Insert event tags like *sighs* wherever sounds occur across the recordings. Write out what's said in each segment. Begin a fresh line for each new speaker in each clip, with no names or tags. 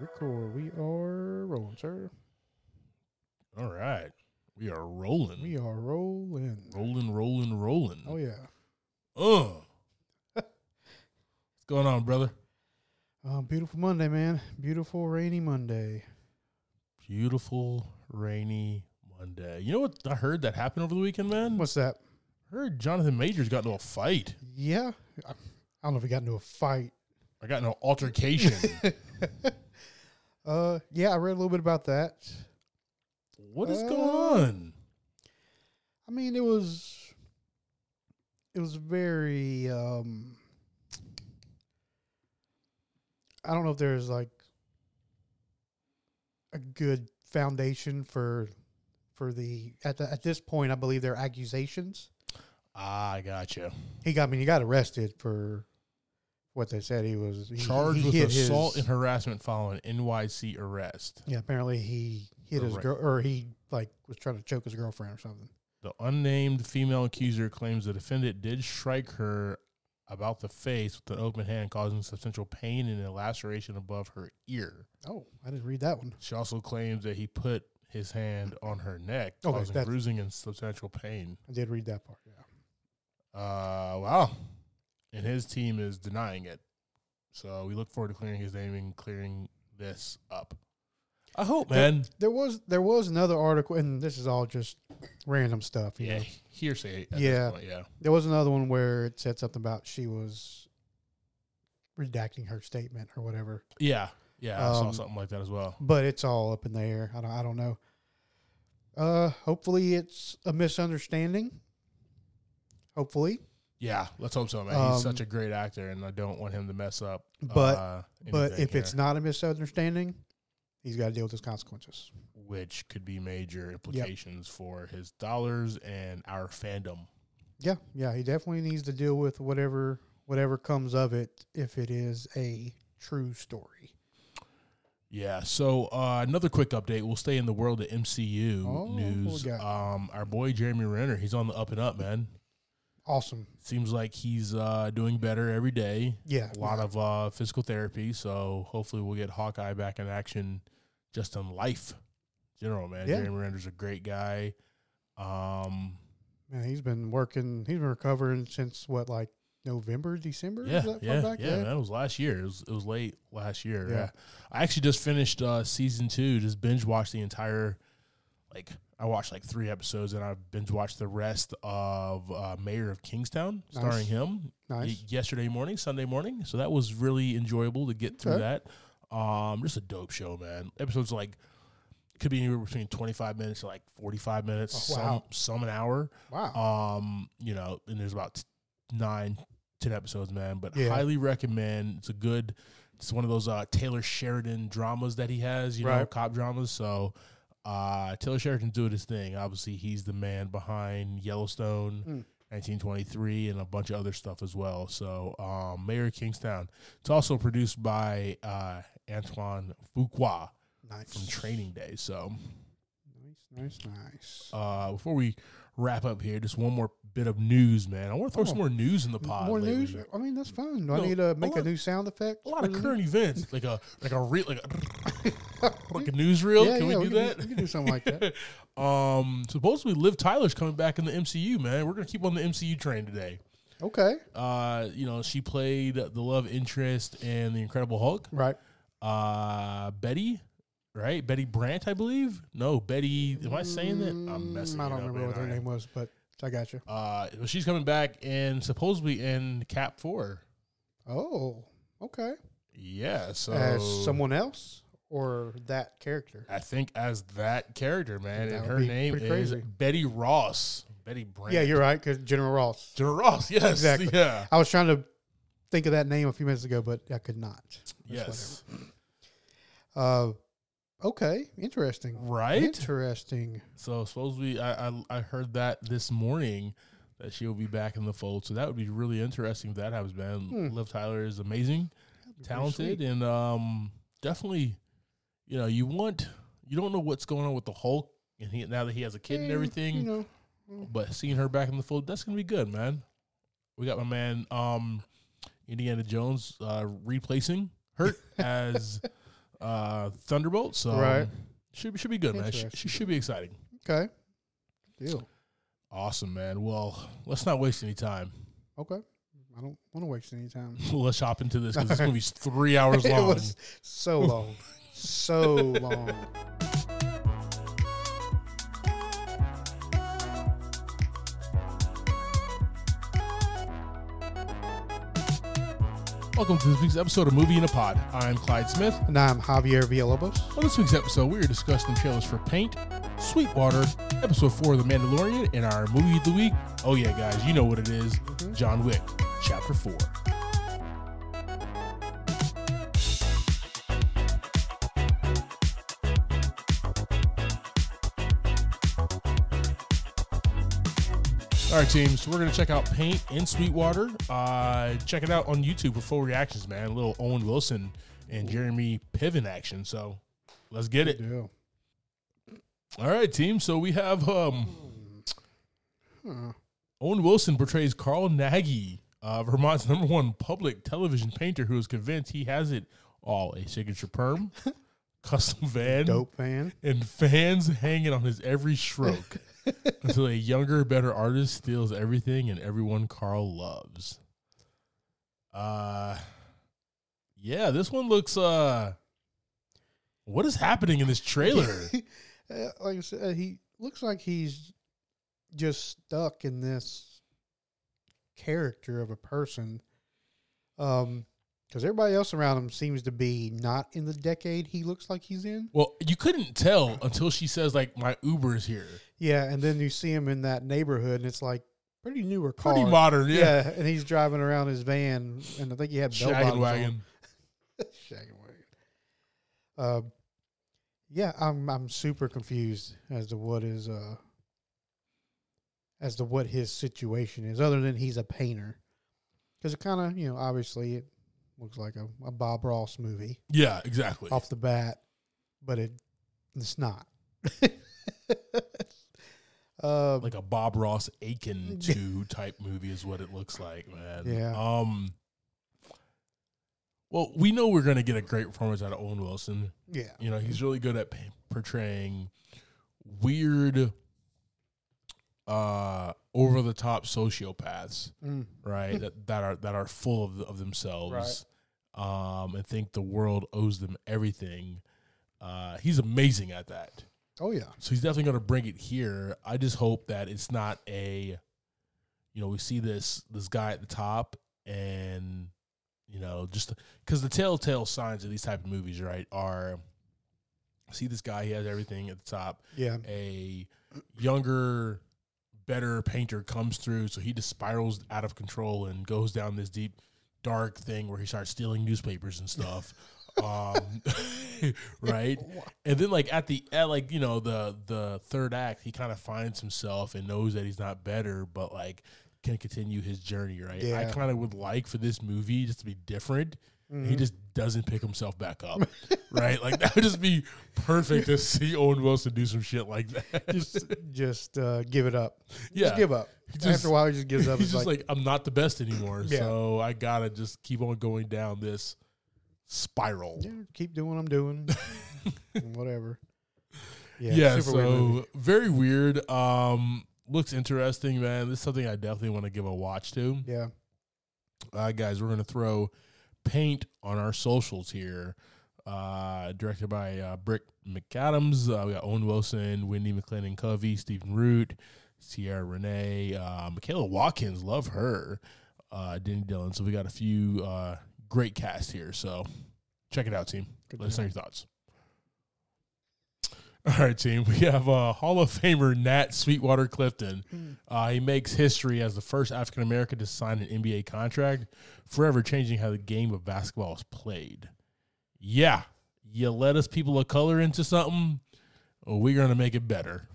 Hardcore. We are rolling, sir.
All right. We are rolling.
We are rolling.
rolling, rolling, rolling.
Oh yeah.
Uh.
*laughs*
What's going on, brother?
Um, beautiful Monday, man. Beautiful rainy Monday.
Beautiful, rainy Monday. You know what I heard that happened over the weekend, man?
What's that?
heard Jonathan Majors got into a fight.
Yeah. I, I don't know if we got into a fight. *laughs*
I got into an altercation.
Uh, yeah, I read a little bit about that.
what is
Uh,
going on?
I mean, it was, it was very. Um, I don't know if there's like a good foundation for, for the at the, at this point, I believe there are accusations.
Ah, I gotcha.
He got, I mean, he got arrested for what they said he was he-
Charged
he
with
hit
assault
his-
and harassment following NYC arrest.
yeah, apparently he hit his
Right.
girl, or he like was trying to choke his girlfriend or something.
The unnamed female accuser claims the defendant did strike her about the face with an open hand, causing substantial pain and a laceration above her ear.
Oh, I didn't read that one.
She also claims that he put his hand on her neck,
Okay,
causing
that's-
bruising and substantial pain.
I did read that part. Yeah.
Uh, wow. And his team is denying it. So we look forward to clearing his name and clearing this up. I hope, man.
There was there was another article, and this is all just random stuff. You
Yeah,
know,
hearsay. At
Yeah.
This point, yeah.
there was another one where it said something about she was redacting her statement or whatever.
Yeah. Yeah. I saw
Um,
something like that as well.
But it's all up in the air. I don't, I don't know. Uh, hopefully it's a misunderstanding. Hopefully,
Yeah, let's hope so, man. He's such
Um,
a great actor, and I don't want him to mess up.
But-
uh,
but
anything
if it's
here,
not a misunderstanding, he's got to deal with his consequences.
which could be major implications for his dollars and our fandom.
Yeah, yeah, he definitely needs to deal with whatever whatever comes of it if it is a true story.
Yeah. So uh, another quick update. We'll stay in the world of MCU
Oh, what we
news.
got?
Um, our boy Jeremy Renner, he's on the up and up, man.
Awesome.
Seems like he's uh, doing better every day.
Yeah.
A lot of uh, physical therapy, so hopefully we'll get Hawkeye back in action, just in life. General man,
Yeah.
Jeremy Renner's a great guy. Um,
Man, he's been working. He's been recovering since what, like November, December?
Yeah,
Is that far
yeah,
back?
yeah,
Yeah.
man, That was last year. It was, it was late last year.
Yeah.
Yeah. I actually just finished uh, season two. Just binge watched the entire, like I watched like three episodes, and I binge watched the rest of uh, Mayor of Kingstown,
Nice.
starring him, y-
Nice.
yesterday morning, Sunday morning. So that was really enjoyable to get through
Okay.
that. Um, just a dope show, man. Episodes like could be anywhere between twenty five minutes to like forty five minutes,
Oh, wow.
some some an hour.
Wow.
Um, you know, and there's about t- nine, ten episodes, man. But
Yeah.
highly recommend. It's a good. It's one of those uh, Taylor Sheridan dramas that he has. You know,
Right.
cop dramas. So. Uh, Taylor Sheridan's doing his thing. Obviously, he's the man behind Yellowstone,
Mm.
1923, and a bunch of other stuff as well. So, um, Mayor of Kingstown. It's also produced by uh, Antoine Fuqua
nice.
from Training Day. So,
Nice. Nice. Nice.
uh, before we wrap up here, just one more bit of news, man. I want to throw some
Oh.
more news in the pod.
More
lately.
news. I mean, that's fine. Do
No,
I need
a
to make a,
lot-
new sound effect?
A lot of
for the-
current events, like a like a real like
*laughs*
a, like a newsreel.
Yeah,
can
yeah,
we do that?
Can, we can do something like
*laughs*
that.
um, supposedly Liv Tyler's coming back in the MCU, man. We're gonna keep on the MCU train today.
Okay.
Uh, you know, she played the love interest in the Incredible Hulk.
Right.
Uh, Betty. Right, Betty Brandt, I believe. No, Betty. Am I saying that? I'm
Mm,
messing.
I
it
don't
up,
remember
man.
what
All
her
right.
name was, but I got you.
Uh, well, she's coming back and supposedly in Cap Four.
Oh, okay.
Yeah, so
As someone else or that character?
I think as that character, man,
That
and
would
her
be
name is
pretty crazy.
Betty Ross. Betty Brand.
Yeah, you're right. Because General Ross.
General Ross. *laughs* Yes,
Exactly.
Yeah,
I was trying to think of that name a few minutes ago, but I could not. That's
yes,
whatever. Uh, okay. Interesting.
right.
Interesting.
So supposedly, I, I I heard that this morning that she will be back in the fold. So that would be really interesting if that happens, man.
Hmm.
Liv Tyler is amazing.
Pretty
talented
sweet.
and um definitely you know you want you don't know what's going on with the Hulk and he now that he has a kid and
Eh,
everything
You know,
but seeing her back in the fold that's gonna be good man we got my man
*laughs*
um Indiana Jones uh replacing Hurt as uh, Thunderbolt. So
Right.
should be- should be good, man. Sh-
Interesting.
Sh- should be exciting.
Okay. Deal.
Awesome, man. Well, let's not waste any time. *laughs*
Okay. I don't want to waste any time.
let's hop into this because this movie's three
*laughs*
hours
it
long.
was so long. so long. *laughs*
Welcome to this week's episode of Movie in a Pod. I'm Clyde Smith.
And I'm Javier Villalobos.
On this week's episode, we are discussing trailers for Paint, Sweetwater, Episode 4 of The Mandalorian, and our movie of the week. Oh, yeah, guys, you know what it is
Mm-hmm.
John Wick, Chapter 4. All right, team. So we're gonna check out Paint in Sweetwater. Uh, check it out on YouTube for full reactions, man. A little Owen Wilson and Jeremy Piven action. So let's get it.
Deal.
All right, team. So we have um,
Huh.
Owen Wilson portrays Carl Nagy, uh, Vermont's *laughs* number one public television painter, who is convinced he has it all: a signature perm, custom van,
Dope fan.
and fans hanging on his every stroke until a younger, better artist steals everything and everyone Carl loves. Uh yeah, this one looks uh what is happening in
*laughs*
this trailer?
Uh, like I said, he looks like he's just stuck in this character of a person. Um, because everybody else around him seems to be not in the decade he looks like he's in.
well, you couldn't tell until she says like my Uber is here.
Yeah, and then you see him in that neighborhood, and it's like pretty newer car.
Pretty modern,
yeah.
yeah.
and he's driving around his van, and I think he had bell
Shaggin'
bottoms
wagon.
on. Shaggin' wagon. Uh, yeah, I'm I'm super confused as to what is uh as to what his situation is, other than he's a painter, because it kind of you know obviously it looks like a, a Bob Ross movie
Yeah, exactly.
off the bat, but it it's not. *laughs* uh,
like a Bob Ross Aiken
*laughs*
two type movie is what it looks like, man.
Yeah.
Um. Well, we know we're gonna get a great performance out of Owen Wilson.
yeah,
You know, he's really good at p- portraying weird, uh, over the top sociopaths,
Mm.
right? that, that are that are full of of themselves, um, and think the world owes them everything. Uh, he's amazing at that.
oh yeah,
So he's definitely going to bring it here. I just hope that it's not a, you know, we see this this guy at the top, and you know, just because the telltale signs of these type of movies, right, are see this guy he has everything at the top.
yeah,
A younger, better painter comes through, so he just spirals out of control and goes down this deep, dark thing where he starts stealing newspapers and stuff. um, *laughs* right, and then like at the at like you know the the third act, he kind of finds himself and knows that he's not better, but like can continue his journey. Right. I
Yeah.
kind of would like for this movie just to be different.
Mm. Mm-hmm.
He just doesn't pick himself
*laughs*
back up. right. Like that would just be perfect to see Owen Wilson do some shit like that.
just just uh, give it up.
*laughs* Yeah.
Just give up.
just-
After a while, he just gives up.
He's
It's
just
like,
like, I'm not the best anymore,
Yeah.
so I gotta just keep on going down this spiral.
yeah, keep doing what I'm doing,
*laughs*
and whatever.
yeah,
super weird movie.
so very weird um looks interesting man this is something i definitely want to give a watch to
yeah,
uh guys we're gonna throw paint on our socials here uh directed by uh brick mcadams uh, we got owen wilson wendy mclennan covey stephen root sierra renee uh michaela watkins love her uh denny dillon so we got a few uh great cast here so check it out team
Good
let us know your thoughts all right, team. We have uh, Hall of Famer Nat Sweetwater Clifton.
Hmm.
Uh, he makes history as the first African American to sign an NBA contract, forever changing how the game of basketball is played. Yeah, you let us people of color into something, we're gonna make it better.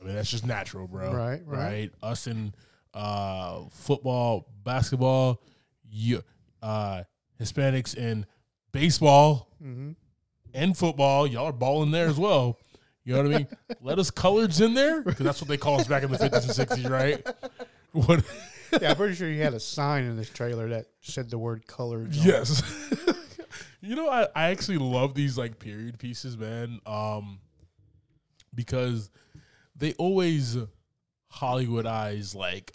I mean, that's just natural, bro.
Right, right.
Us in uh, football, basketball, you, uh, Hispanics in baseball
mm-hmm.
and football. Y'all are balling there as well. You know
*laughs*
what I mean? Let us coloreds in there because that's what they call us back in the fifties and sixties, right? *laughs* What? *laughs*
yeah. I'm pretty sure you had a sign in this trailer that said the word colored. on it.
Yes. You know, I, I actually love these like period pieces, man. Um, because they always Hollywoodize like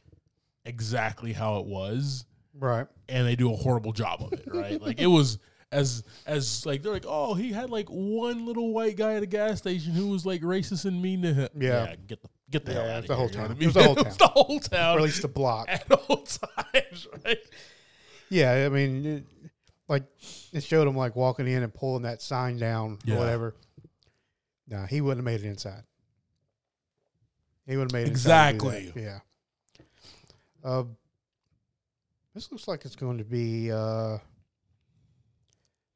exactly how it was,
Right.
and they do a horrible job of it, right? like it was as as like they're like, oh, he had like one little white guy at a gas station who was like racist and mean to him.
Yeah.
get the get the
Yeah,
hell
it's
out of
the
here.
whole
you know
town.
what I
It was
mean?
the whole
*laughs* It was the whole town.
Or at least the block.
*laughs* at all times, right?
Yeah, I mean, it, like it showed him like walking in and pulling that sign down
Yeah.
or whatever. Nah, he wouldn't have made it inside. He would have made it inside to do that.
Exactly.
Yeah. Uh, this looks like it's going to be uh,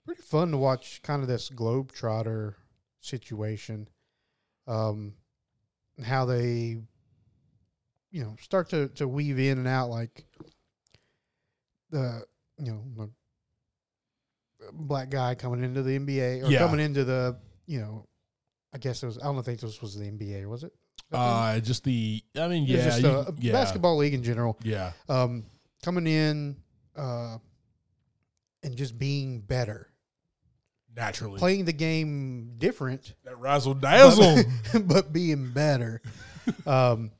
pretty fun to watch. Kind of this globetrotter situation, um, and how they, you know, start to to weave in and out like the you know the black guy coming into the NBA or
Yeah.
coming into the you know I guess it was I don't think this was the NBA was it?
Uh, just the. I mean,
It was
yeah,
just
you
a
can- yeah,
basketball league in general.
Yeah,
Um, coming in uh, and just being better,
naturally.
playing the game different,
that
*laughs*
razzle
but-
dazzle.
but being better. Um,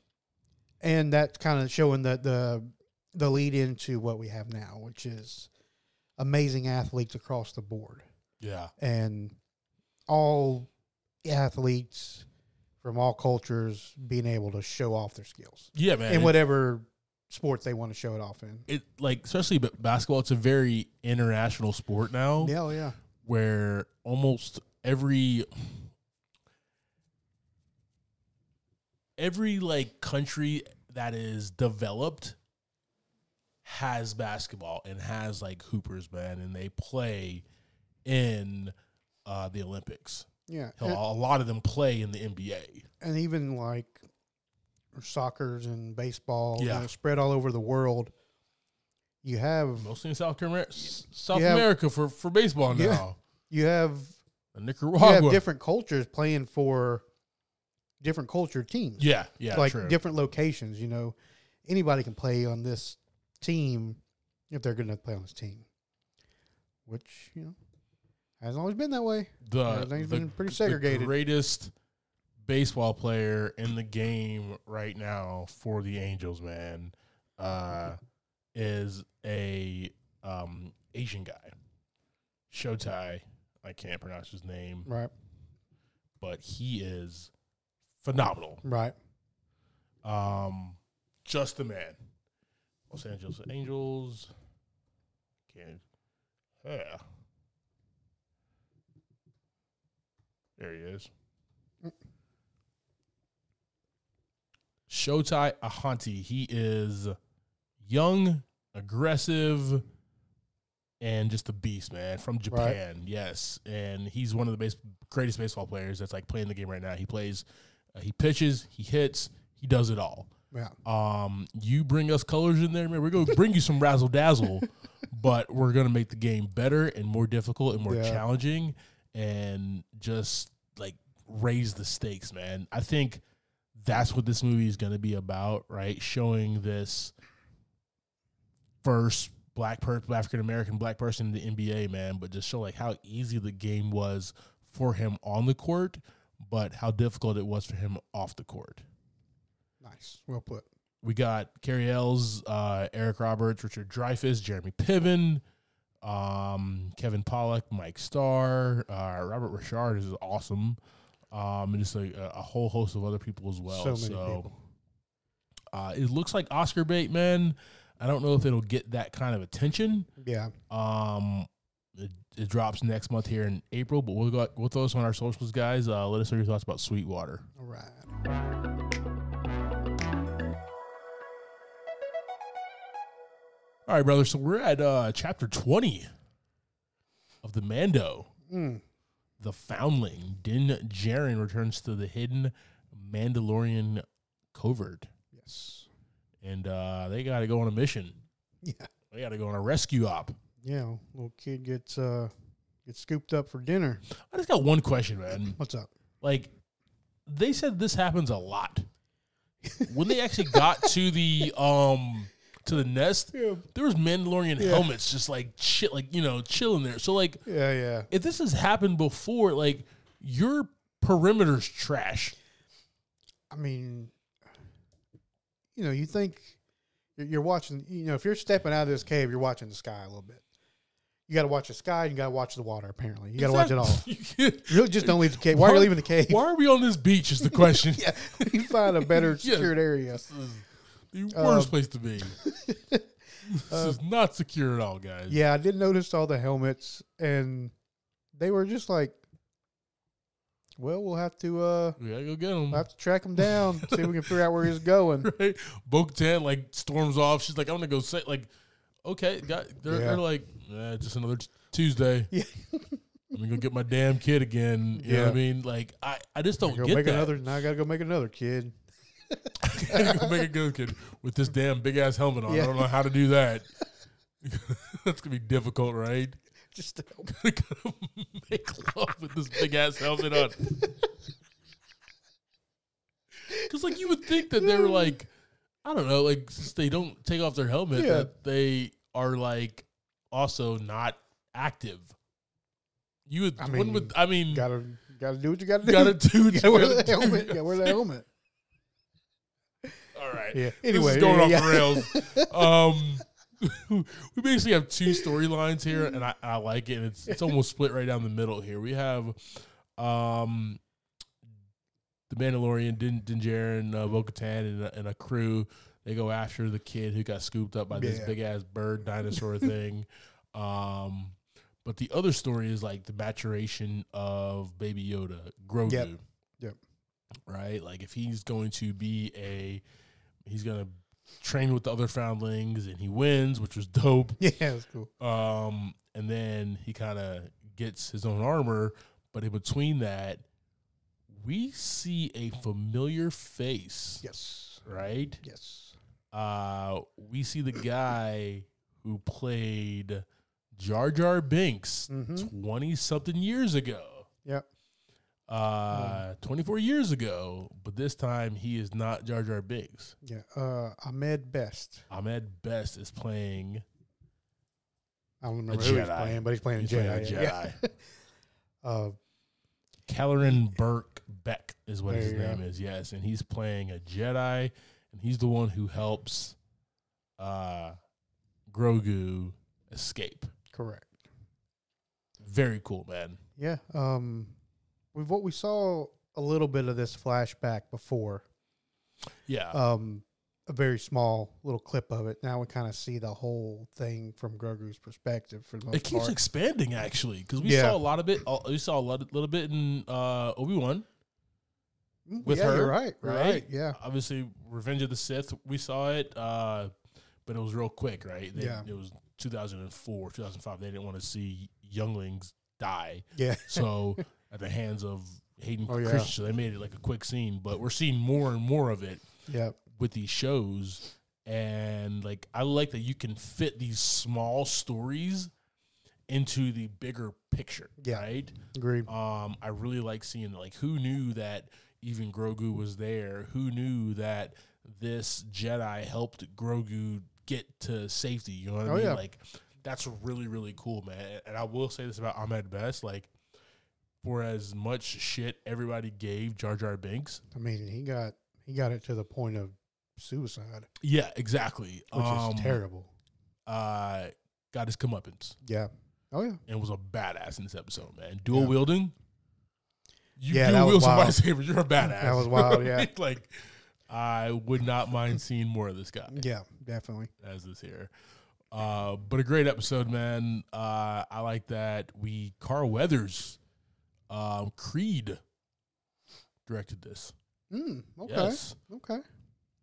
and that's kind of showing the, the the lead into what we have now, which is amazing athletes across the board. *laughs*
yeah,
and all athletes from all cultures being able to show off their skills
yeah, man.
in whatever sport they want to show it off in.
it like especially b- basketball. It's a very international sport now,
Yeah, oh, yeah,
where almost every every like country that is developed has basketball and has like hoopers, man, and they play in uh, the Olympics.
yeah,
Hell, uh
and,
a lot of them play in the NBA.
and even like soccer's and baseball,
Yeah.
you know, spread all over the world. You have
mostly in South, Amer- South
Yeah.
America for, for baseball now.
Yeah. you have you
And
have
Nicaragua.
different cultures playing for different culture teams.
yeah, yeah,
like
true.
different locations. You know, anybody can play on this team if they're good enough to play on this team, which you know hasn't always been that way.
the,
everything's
the-
been pretty
the
segregated.
greatest baseball player in the game right now for the Angels, man, uh, is a um, Asian guy. Shotai. I can't pronounce his name,
Right,
but he is phenomenal.
right.
Um, just the man. Los Angeles Angels. Can yeah. There he is. Shotai Ahanti. He is young, aggressive, and just a beast, man. From Japan, yes, and he's one of the base, greatest baseball players that's like playing the game right now. He plays, uh, he pitches, he hits, he does it all.
Yeah,
Um, you bring us colors in there, man. We're gonna bring you some razzle dazzle, but we're gonna make the game better and more difficult and more
Yeah.
challenging, and just like raise the stakes, man. I think that's what this movie is gonna be about, right? Showing this first black per African American black person in the NBA, man, but just show like how easy the game was for him on the court, but how difficult it was for him off the court
nice. Well put.
we got Carrie Ells, uh, Eric Roberts, Richard Dreyfuss, Jeremy Piven, um, Kevin Pollak, Mike Starr, uh, Robert Richard is awesome, um, and just a, a whole host of other people as well.
so
So,
many people.
Uh, it looks like Oscar bait, man. I don't know if it'll get that kind of attention.
Yeah,
Um, it, it drops next month here in April, but we'll go, we'll throw this on our socials, guys. Uh, let us know your thoughts about Sweetwater.
all right.
All right, brother. So we're at uh, chapter twenty of the Mando.
Mm.
the Foundling, Din Djarin returns to the hidden Mandalorian covert,
Yes.
and uh, they got to go on a mission.
Yeah.
They got to go on a rescue op.
Yeah. Little kid gets uh gets scooped up for dinner.
I just got one question, man.
What's up?
Like they said, this happens a lot. When they actually got to the um to the nest,
Yeah,
there was Mandalorian
Yeah.
helmets just like shit, like you know, chilling there. So like,
yeah, yeah.
if this has happened before, like your perimeter's trash.
I mean, you know, you think you're you're watching. You know, if you're stepping out of this cave, you're watching the sky a little bit. You got to watch the sky. and You got to watch the water. Apparently, you got to watch it all.
*laughs* it all.
You just don't leave the cave. Why are you leaving the cave?
Why are we on this beach? Is the question.
*laughs* yeah, you find a better
*laughs* Yeah.
secured area.
This is the worst
Um,
place
*laughs*
to be. this is not secure at all, guys.
Yeah, I did notice all the helmets, and they were just like, "Well, we'll have to uh,
We gotta go get him.
we'll have to track him down, see if we can figure out where he's going."
*laughs* right? Bo Katan like storms off. She's like, I'm gonna go say like, okay, got, they're,
Yeah.
they're like, eh, just another t- Tuesday.
Yeah.
I'm gonna go get my damn kid again. You know what I
Yeah.
mean? Like, I, I just don't
Go
get
make
that. *laughs*
another. Now I gotta go make another kid. *laughs*
go make a good kid with this damn big ass helmet on.
Yeah.
I don't know how to do that. *laughs* That's gonna be difficult, right?
Just
Gotta *laughs* make love with this big ass
*laughs*
helmet on. Because like you would think that they were like, I don't know, like since they don't take off their helmet,
Yeah.
that they are like also not active. You would,
I
I mean,
mean,
would, I mean,
gotta gotta do what you gotta do. *laughs*
gotta do, *laughs*
You gotta wear the
gotta do-
helmet. You gotta wear the helmet.
All right.
Yeah. Anyway,
Anyway, this is going
yeah,
off the rails. *laughs* Um, *laughs* we basically have two storylines here, and I, I like it. It's it's almost split right down the middle here. We have, um, the Mandalorian, Din Djarin, uh, Bo-Katan, and, a- and a crew. They go after the kid who got scooped up by this
Yeah.
big ass bird dinosaur *laughs* thing. Um, but the other story is like the maturation of Baby Yoda, Grogu.
Yep. Yep.
Right? Like if he's going to be a he's gonna train with the other foundlings and he wins, which was dope.
yeah. *laughs* yeah, that's cool.
Um, and then he kinda gets his own armor, but in between that, we see a familiar face.
Yes,
Right?
yes.
uh, we see the guy who played Jar Jar Binks
Mhm.
20 something years ago.
Yep. Mm.
Uh, 24 years ago, but this time he is not Jar Jar Binks.
Yeah. Uh, Ahmed Best.
Ahmed Best is playing,
I don't remember who he's
Jedi.
playing, but he's playing a
he's
Jedi.
playing a
yeah,
Jedi.
yeah. *laughs* Uh,
Kelleran Burke Beck is what
There
his
you go.
name is. Yes, and he's playing a Jedi, and he's the one who helps uh, Grogu escape.
correct.
Very cool, man.
Yeah. Um, we've what we saw a little bit of this flashback before.
Yeah.
Um, a very small little clip of it. Now we kind of see the whole thing from Grogu's perspective for the most
It keeps
part.
expanding actually because we
Yeah.
saw a lot of it. uh, We saw a lot, little bit in uh, Obi Wan,
Mm,
with
yeah,
her,
You're right. You're
right?
right. Yeah.
obviously Revenge of the Sith. We saw it, uh, but it was real quick, right? They-
Yeah.
it was 2004, 2005. They didn't want to see younglings die,
Yeah. *laughs*
so at the hands of Hayden
Oh, yeah.
Christensen, they made it like a quick scene. But we're seeing more and more of it
Yeah.
with these shows and like i like that you can fit these small stories into the bigger picture
Yeah.
right
Agreed.
um i really like seeing like who knew that even grogu was there who knew that this jedi helped grogu get to safety you know what i
Oh,
mean
yeah.
like that's really really cool man and i will say this about ahmed best like for as much shit everybody gave jar jar binks
I mean, he got he got it to the point of suicide,
yeah exactly
which
Um,
is terrible.
uh, got his comeuppance
Yeah. Oh yeah.
and was a badass in this episode, man. Dual
Yeah.
wielding. You
Yeah, that
dual
was
wield
wild.
somebody's saber, you're a badass.
That was wild,
*laughs*
yeah.
Right? like, I would not mind seeing more of this guy
Yeah. Definitely.
as this here. Uh, but a great episode, man. Uh, I like that we Carl Weathers, um, Creed, directed this.
Mm, okay.
Yes.
Okay.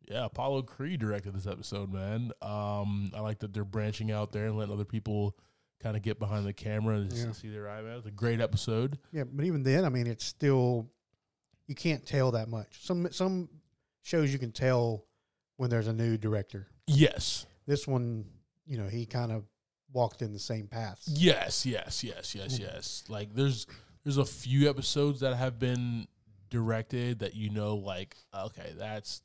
Yeah, Apollo Creed directed this episode, man. Um, I like that they're branching out there and letting other people kind of get behind the camera and just
Yeah.
see their eye. Man, it's a great episode.
Yeah, but even then, I mean, it's still you can't tell that much. Some some shows you can tell when there's a new director.
Yes,
This one, you know, he kind of walked in the same paths.
yes, yes, yes, yes, yes. Like there's there's a few episodes that have been directed that you know, like okay, that's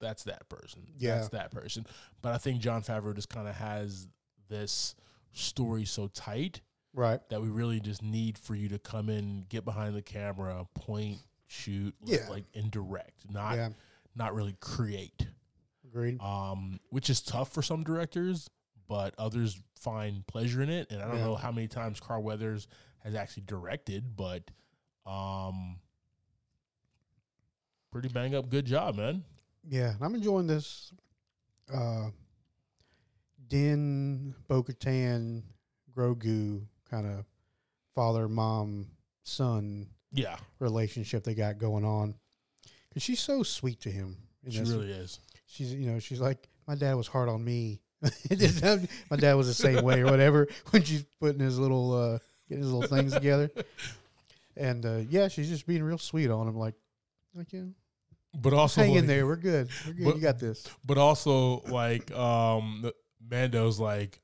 that's that person.
Yeah.
That's that person. But I think John Favreau just kind of has this story so tight
Right.
that we really just need for you to come in, get behind the camera, point, shoot, li-
Yeah.
like indirect, not
yeah.
not really create.
Agreed.
Um, which is tough for some directors, but others find pleasure in it. And I don't
Yeah.
know how many times Carl Weathers has actually directed, but um pretty bang up good job, man.
Yeah, and I'm enjoying this uh Din Bo Katan Grogu kind of father mom son
Yeah,
relationship they got going on. Cause she's so sweet to him. in
she
this.
really is.
she's you know, she's like, My dad was hard on me. *laughs* My dad was the same way or whatever *laughs* when she's putting his little uh getting his little things together. And uh yeah, she's just being real sweet on him, like like yeah,
But also
hang
like-
in there, we're good. We're good,
But-
you got this.
But also like um the- Mando's like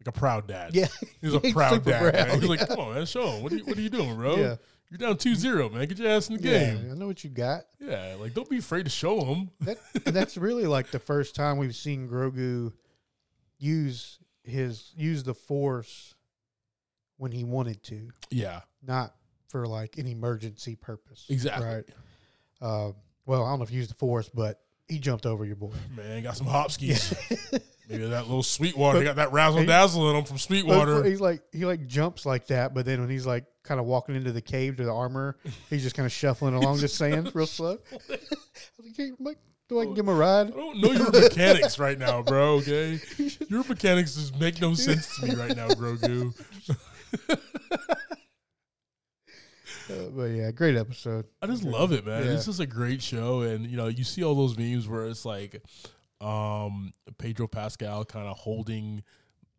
like a proud dad.
Yeah.
*laughs* He's a
*laughs* He's
proud
super
dad.
proud,
man. He's like,
yeah.
come on, man, show him. What are you, what are you doing, bro?
Yeah.
You're down 2-0, man. Get your ass in the game.
Yeah, I know what you got.
Yeah. like don't be afraid to show him.
That and that's really like the first time we've seen Grogu use his use the Force when he wanted to,
Yeah,
not for like an emergency purpose.
exactly.
Right. Uh, well, I don't know if he used the Force, but he jumped over your boy.
Man, got some
*laughs*
hop skis. Maybe that little Sweetwater.
But-
they got that razzle
Hey.
dazzle in them from Sweetwater.
He's like he like jumps like that, but then when he's like kind of walking into the cave to the armor, he's just kind of shuffling along the sand
*laughs*
real slow. *laughs* I was like, hey, Mike, do I
Oh.
can give him a ride?
I *laughs* don't know your mechanics right now, bro. Okay, your mechanics just make no sense to me right now, Grogu.
Uh, but yeah, great episode.
I just love it, man.
Yeah.
This is a great show, and you know, you see all those memes where it's like um Pedro Pascal kind of holding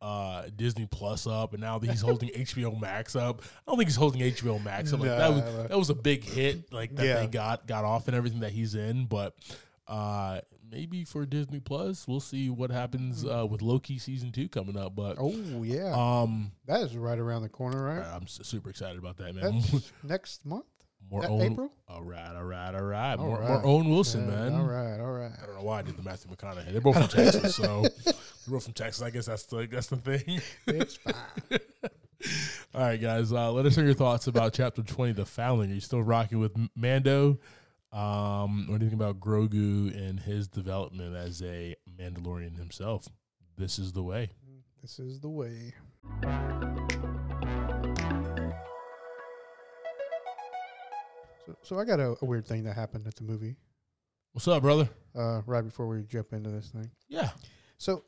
uh Disney Plus up, and now that
*laughs*
he's holding HBO Max up. I don't think he's holding HBO Max up. Like, that was
Nah.
that was a big hit, like that
Yeah.
they got got off and everything that he's in, but. Uh, maybe for Disney Plus, we'll see what happens uh, with Loki season two coming up. But
Oh yeah.
um,
That is right around the corner, right?
I'm s- super excited about that, man.
That's next month.
*laughs* More
That
own,
April?
All right, all right, all right.
All
more,
right.
more Owen Wilson,
Yeah,
man.
Uh, All right, all right.
I don't know why I did the Matthew McConaughey. They're both from Texas, so *laughs* they're both from Texas. I guess that's the that's the thing.
It's fine.
*laughs* All right, guys, uh, let us know your thoughts about Chapter Twenty, The Fouling. Are you still rocking with M- Mando? Um, what do you think about Grogu and his development as a Mandalorian himself? This is the way.
this is the way. So, so I got a, a weird thing that happened at the movie
What's up, brother?
uh, right before we jump into this thing.
Yeah,
So,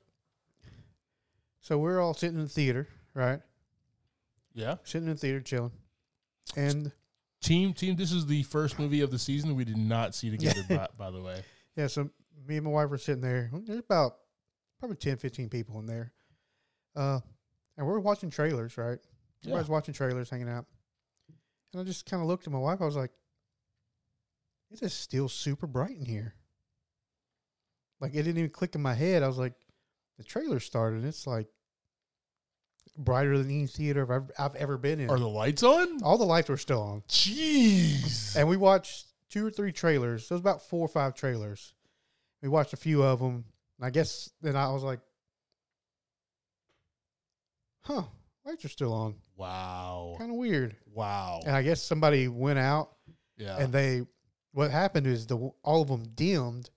so we're all sitting in the theater, right?
yeah.
Sitting in the theater, chilling, and
Team, team. This is the first movie of the season we did not see *laughs* together. by, by the way,
Yeah, so me and my wife were sitting there. There's about probably 10, 15 people in there. Uh, and we we're watching trailers, right?
Yeah.
Everybody's watching trailers, hanging out. And I just kind of looked at my wife. I was like, it is still super bright in here. Like, it didn't even click in my head. I was like, the trailer started, and it's like brighter than any theater I've ever, I've ever been in.
are the lights on?
All the lights were still on.
Jeez.
And we watched two or three trailers. There was about four or five trailers. We watched a few of them. And I guess then I was like, huh, lights are still on.
Wow.
Kind of weird.
Wow.
And I guess somebody went out
Yeah.
and they, what happened is the all of them dimmed,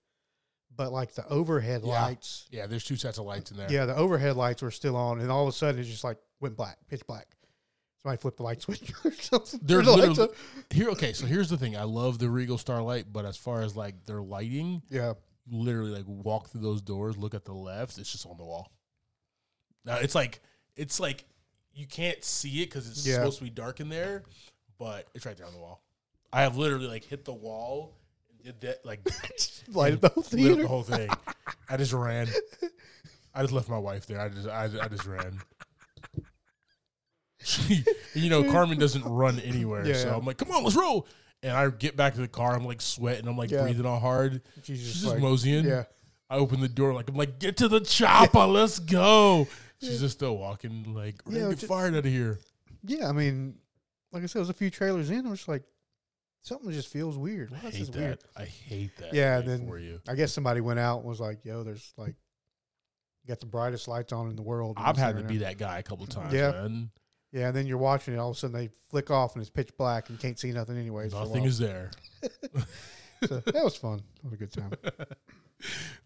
but like the overhead
Yeah.
lights,
yeah, there's two sets of lights in there.
yeah, the overhead lights were still on. And all of a sudden it just like went black, pitch black. Somebody flipped the light switch *laughs* or something.
They're
Turned the lights
literally-
up.
Here okay, so here's the thing. I love the Regal Starlight, but as far as like their lighting,
yeah. *laughs*
you literally like walk through those doors, look at the left, it's just on the wall. Now it's like it's like you can't see it because it's
Yeah.
supposed to be dark in there, but it's right there on the wall. I have literally like hit the wall and did that like
Lighted the whole
lit up
theater.
the whole thing. I just ran. I just left my wife there. I just I, I just ran. *laughs* She, you know, Carmen doesn't run anywhere,
Yeah,
so
yeah.
I'm like, "Come on, let's roll!" And I get back to the car. I'm like sweating. I'm like
Yeah.
breathing all hard.
She's
She's
just
just
like-
moseying.
Yeah.
I open the door like I'm like, "Get to the
*laughs*
chopper, let's go." She's just still walking. Like, we're
Yeah,
gonna get
ju-
fired out of here.
yeah, I mean, like I said, it was a few trailers in. I'm just like, something just feels weird.
I
Why is
hate
this
that.
weird?
I hate that.
Yeah,
thing
then-
for you.
I guess somebody went out and was like, "Yo, there's like, got the brightest lights on in the world." and
I've
it's
had to
sitting
be that guy a couple times,
Yeah.
man.
there. Yeah, and then you're watching it. All of a sudden, they flick off and it's pitch black and you can't see nothing. Anyways, for a
Nothing
while.
is there.
So, that was fun. That was a good
*laughs*
time.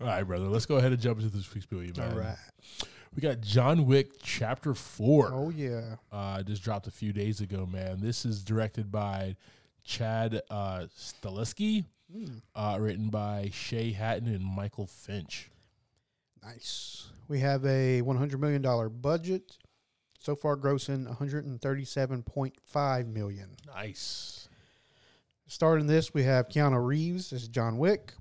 All right, brother. Let's go ahead and jump into this week's movie, man.
All right.
We got John Wick Chapter Four.
Oh yeah.
uh, just dropped a few days ago, man. This is directed by Chad uh, Stileski,
Mm,
uh, written by Shay Hatton and Michael Finch.
nice. We have a 100 million dollar budget. So far, grossing 137.5 million.
Nice.
Starting this, we have Keanu Reeves as John Wick,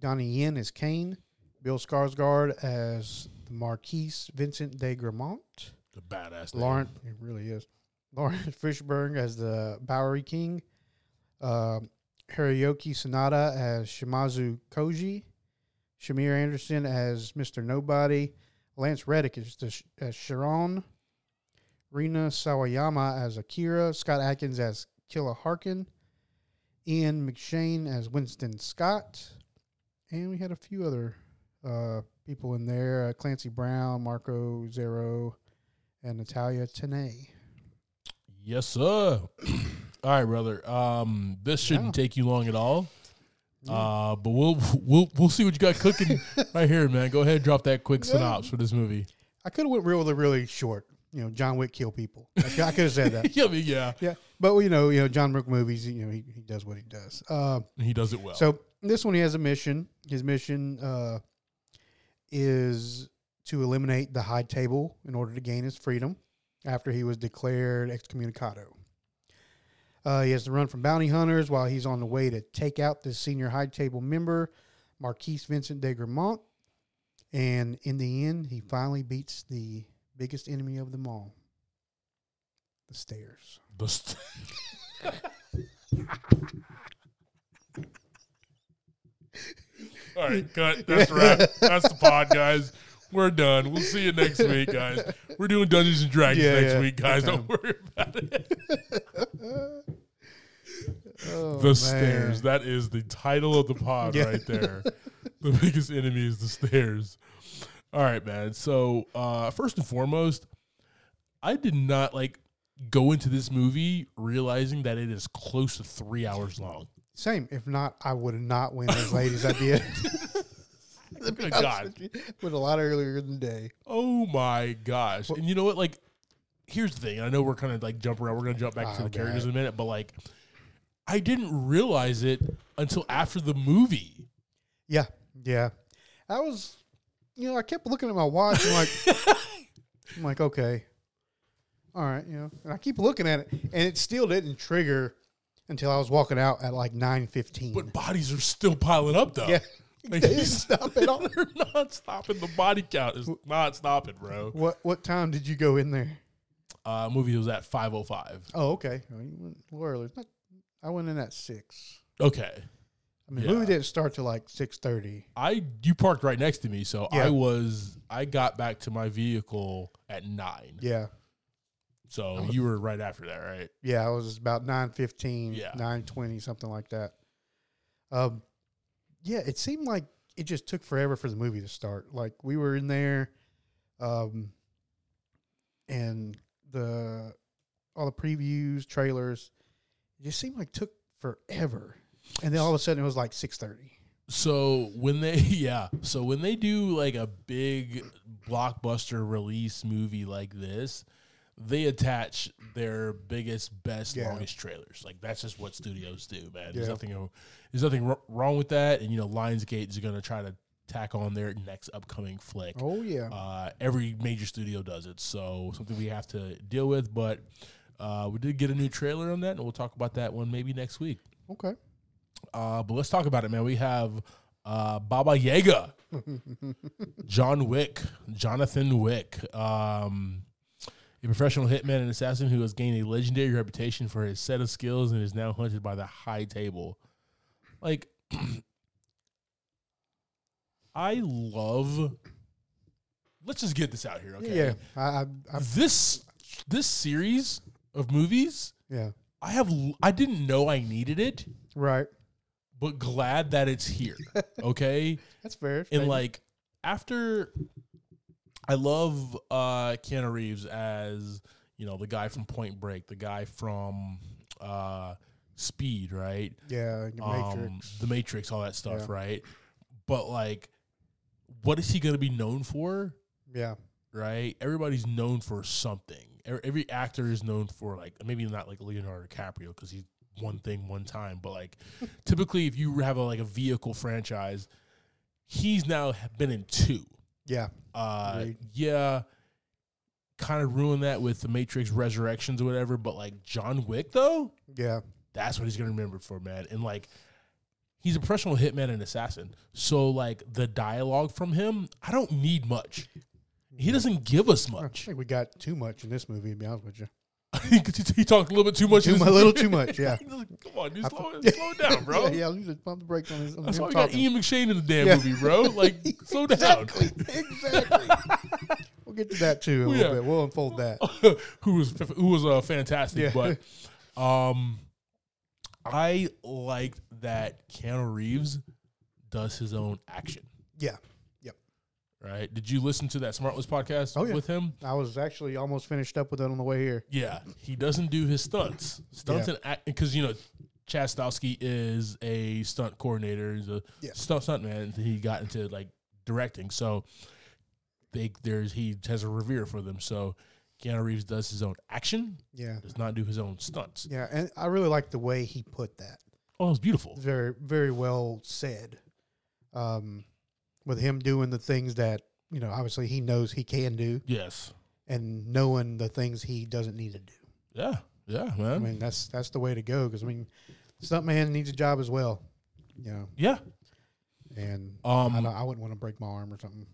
Donnie Yen as Kane, Bill Skarsgård as the Marquise Vincent de Gramont,
The badass. name.
Lawrence, it really is, *laughs* Lawrence Fishburne as the Bowery King, um, Hiroyuki Sanada as Shimazu Koji, Shamir Anderson as Mr. Nobody, Lance Reddick as, the, Sh- as Sharon, Rina Sawayama as Akira, Scott Atkins as Killa Harkin, Ian McShane as Winston Scott, and we had a few other uh, people in there: uh, Clancy Brown, Marco Zero, and Natalia Tenay.
Yes, sir.
*clears throat*
all right, brother. Um, this shouldn't
Yeah.
take you long at all. Uh, but we'll we'll we'll see what you
*laughs*
got cooking right here, man. Go ahead, and drop that quick synopsis for this movie. *laughs*
I could have went really, really short. You know, John Wick kill people. I could have said
*laughs*
that.
yeah, I mean, yeah,
Yeah, but you know, you know, John Wick movies. You know, he, he does what he does. Uh,
he does it well.
So this one, he has a mission. His mission uh, is to eliminate the High Table in order to gain his freedom after he was declared excommunicado. Uh, he has to run from bounty hunters while he's on the way to take out this senior High Table member, Marquise Vincent de Gramont. And in the end, he finally beats the biggest enemy of them all the stairs.
The st- *laughs* All right, cut. That's a wrap. That's the pod, guys. We're done. We'll see you next week, guys. We're doing Dungeons and Dragons
Yeah,
next
yeah.
week, guys.
*laughs*
Don't worry about it. the stairs. That is the title of the pod
Oh, Yeah.
right there. the biggest enemy is the stairs. All right, man. So uh, first and foremost, I did not like go into this movie realizing that it is close to three hours long.
Same. If not, I would not win as late as I did.
Good God.
With a lot earlier in the day.
Oh my gosh. And you know what? Like, here's the thing. I know we're kind of like jumping around. We're going to jump back to
Oh,
the characters
God.
in a minute, but like, I didn't realize it until after the movie.
Yeah. Yeah. I was, you know, I kept looking at my watch. and like,
*laughs*
I'm like, okay. All right. You know, and I keep looking at it and it still didn't trigger until I was walking out at like 9.15.
But bodies are still piling up, though.
yeah.
*laughs* Like,
They didn't
he's-
stop
*laughs*
at all.
They're not stopping. The body count is not stopping, bro.
What, what time did you go in there?
Uh, movie was at 5.05.
Oh, okay. Well, you went a little earlier. Not- I went in at 6.
Okay.
I mean,
Yeah.
movie didn't start till like 6.30.
I you parked right next to me, so
Yeah.
I was I got back to my vehicle at nine.
Yeah.
So you were right after that, right?
Yeah, it was about 915,
Yeah.
920, something like that. Um, yeah, it seemed like it just took forever for the movie to start. Like we were in there, um, and the all the previews, trailers, it just seemed like took forever. And then all of a sudden it was like 6:30.
So when they *laughs* yeah, so when they do like a big blockbuster release movie like this, they attach their biggest, best,
Yeah.
longest trailers. Like that's just what studios do, man.
Yeah.
There's nothing there's nothing wr- wrong with that. And you know, Lionsgate is gonna try to tack on their next upcoming flick.
Oh yeah.
Uh, every major studio does it, so something we have to deal with. But uh, we did get a new trailer on that, and we'll talk about that one maybe next week.
Okay.
Uh, but let's talk about it, man. We have uh, Baba Yaga, John Wick, Jonathan Wick, um, a professional hitman and assassin who has gained a legendary reputation for his set of skills and is now hunted by the High Table. Like, *clears throat* I love. Let's just get this out here, okay?
Yeah. I, I, I
This this series of movies,
yeah.
I have l- I didn't know I needed it
Right.
but glad that
*laughs*
it's here. Okay.
That's fair.
and
Maybe.
like after I love uh Keanu Reeves as, you know, the guy from Point Break, the guy from uh Speed, right?
yeah, the
Um,
Matrix.
the Matrix, all that stuff,
Yeah.
right? But like what is he going to be known for?
Yeah.
right? Everybody's known for something. Every, every actor is known for like maybe not like Leonardo DiCaprio because he's one thing one time, but like typically if you have a, like a vehicle franchise, he's now ha- been in two.
Yeah.
Uh,
Agreed.
yeah, kind of ruined that with the Matrix Resurrections or whatever. But like John Wick though,
Yeah.
that's what he's gonna remember for, man. And like, he's a professional hitman and assassin. So like, the dialogue from him, I don't need much. He doesn't give us
I
much.
think we got too much in this movie, to be honest with you.
'Cause *laughs* he, he talked a little bit too much.
Too
in *laughs*
mu-
this-
a little too much, yeah.
He's like, Come on, dude,
I
slow,
fu- *laughs*
slow down, bro.
yeah, yeah, you just pump the brakes on his on
That's why
him
we got
talking.
Ian McShane in the damn
Yeah.
movie, bro.
*laughs*
Like, slow down.
exactly. *laughs* exactly. *laughs* we'll get to that too in a
Yeah.
little bit. We'll unfold
*laughs*
that.
*laughs* who was who was uh, fantastic,
Yeah. *laughs*
but um, I liked that Keanu Reeves does his own action.
Yeah.
Right? Did you listen to that Smartless podcast
Oh, yeah.
with him?
I was actually almost finished up with it on the way here.
Yeah, he doesn't do his stunts. Stunts
Yeah.
and because you know, Chastowski is a stunt coordinator. He's a
Yeah.
stunt stunt man. He got into like directing, so they there's he has a revere for them. So Keanu Reeves does his own action,
Yeah.
does not do his own stunts.
Yeah. And I really like the way he put that.
Oh, it's beautiful.
very very well said um with him doing the things that you know obviously he knows he can do
Yes.
and knowing the things he doesn't need to do
Yeah. Yeah, man.
i mean that's that's the way to go because i mean stuntman needs a job as well you know
yeah.
and I,
Um.
don't- I wouldn't want to break my arm or something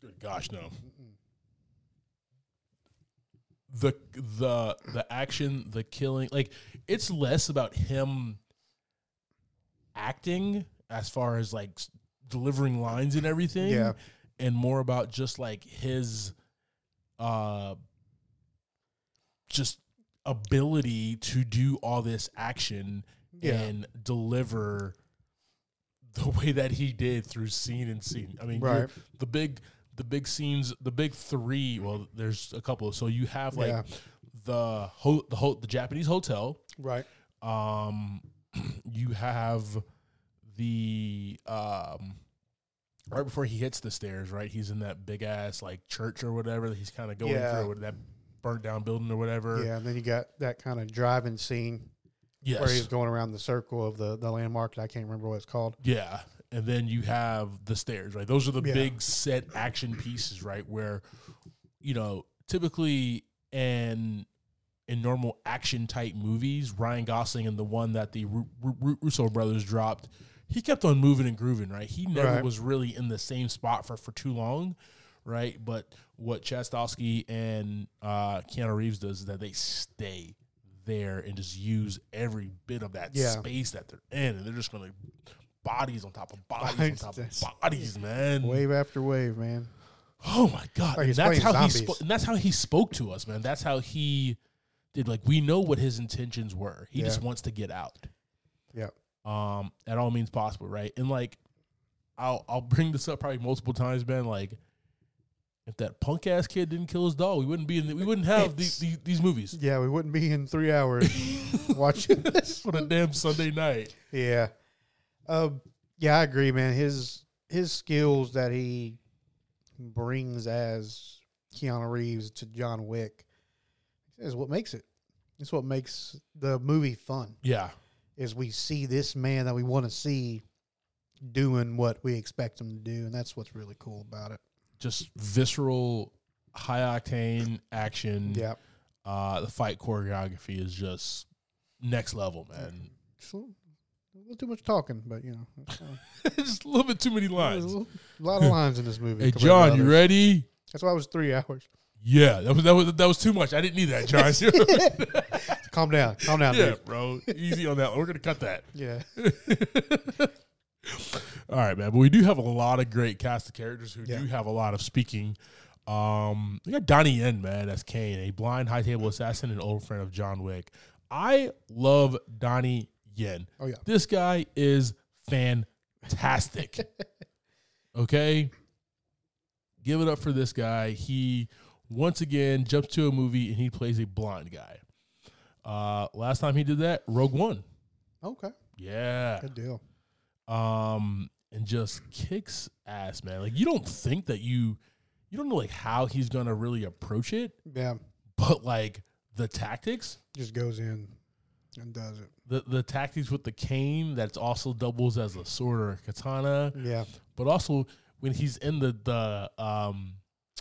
Good gosh, no.
Mm-mm.
the the the action, the killing, like it's less about him acting as far as like s- delivering lines and everything,
Yeah.
and more about just like his uh just ability to do all this action
Yeah.
and deliver the way that he did through scene and scene. I mean, you're-
Right.
the big the big scenes, the big three. Well, there's a couple. So you have like
Yeah.
the ho- the ho- the Japanese hotel.
right
Um, *clears throat* you have the um. Right before he hits the stairs, right? He's in that big ass like church or whatever that he's kind of going
Yeah.
through with that burnt down building or whatever.
yeah and then you got that kind of driving scene
Yes.
where he's going around the circle of the the landmark that i can't remember what it's called
Yeah. And then you have the stairs, right? Those are the
Yeah.
big set action pieces, right? Where, you know, typically in in normal action type movies, Ryan Gosling and the one that the Ru- Ru- Ru- Russo brothers dropped, he kept on moving and grooving, right? He never
Right.
was really in the same spot for for too long, right? But what Chastowski and uh, Keanu Reeves does is that they stay there and just use every bit of that
Yeah.
space that they're in, and they're just gonna bodies on top of
*laughs*
bodies
Bodies,
on top
that's-
of bodies, man.
wave after wave man
Oh my god!
Like
and
he's
that's
playing
how he
zombies.
spo- and that's how he spoke to us, man. That's how he did. Like we know what his intentions were. He just
Yeah.
wants to get out.
Yeah.
Um, at all means possible, right? And like, I'll I'll bring this up probably multiple times, man. Like, if that punk ass kid didn't kill his dog, we wouldn't be in. The, we wouldn't have these, these these movies. *laughs*
yeah we wouldn't be in three hours watching this
What a damn Sunday night.
Yeah. Um, yeah, I agree, man. His his skills that he brings as Keanu Reeves to John Wick is what makes it. It's what makes the movie fun.
Yeah.
Is we see this man that we want to see doing what we expect him to do, and that's what's really cool about it.
Just visceral, high octane action.
Yeah.
Uh, the fight choreography is just next level, man. *laughs*
Just a little, a little too much talking, but you know, that's fine.
just a little bit too many
There's a
lines.
little- a lot of lines in this movie.
Hey,
compared to
John, you
others.
ready?
That's why it was three hours.
Yeah, that was that was that was too much. I didn't need that,
*laughs*
John. *laughs*
Calm down, calm down,
yeah,
dude.
bro, easy on that. We're gonna cut that.
Yeah.
All right, man. But we do have a lot of great cast of characters who
Yeah.
do have a lot of speaking. Um, we got Donnie Yen, man. That's Kane, a blind high table assassin and old friend of John Wick. I love Donnie again.
Oh yeah.
This guy is fantastic. okay? Give it up for this guy. He once again jumps to a movie and he plays a blind guy. Uh last time he did that, Rogue One.
Okay.
Yeah.
Good deal.
Um and just kicks ass, man. Like you don't think that you you don't know like how he's going to really approach it,
Yeah.
but like the tactics
Just goes in and does it.
the, the tactics with the cane that's also doubles as a sword or a katana,
Yeah.
but also when he's in the the um,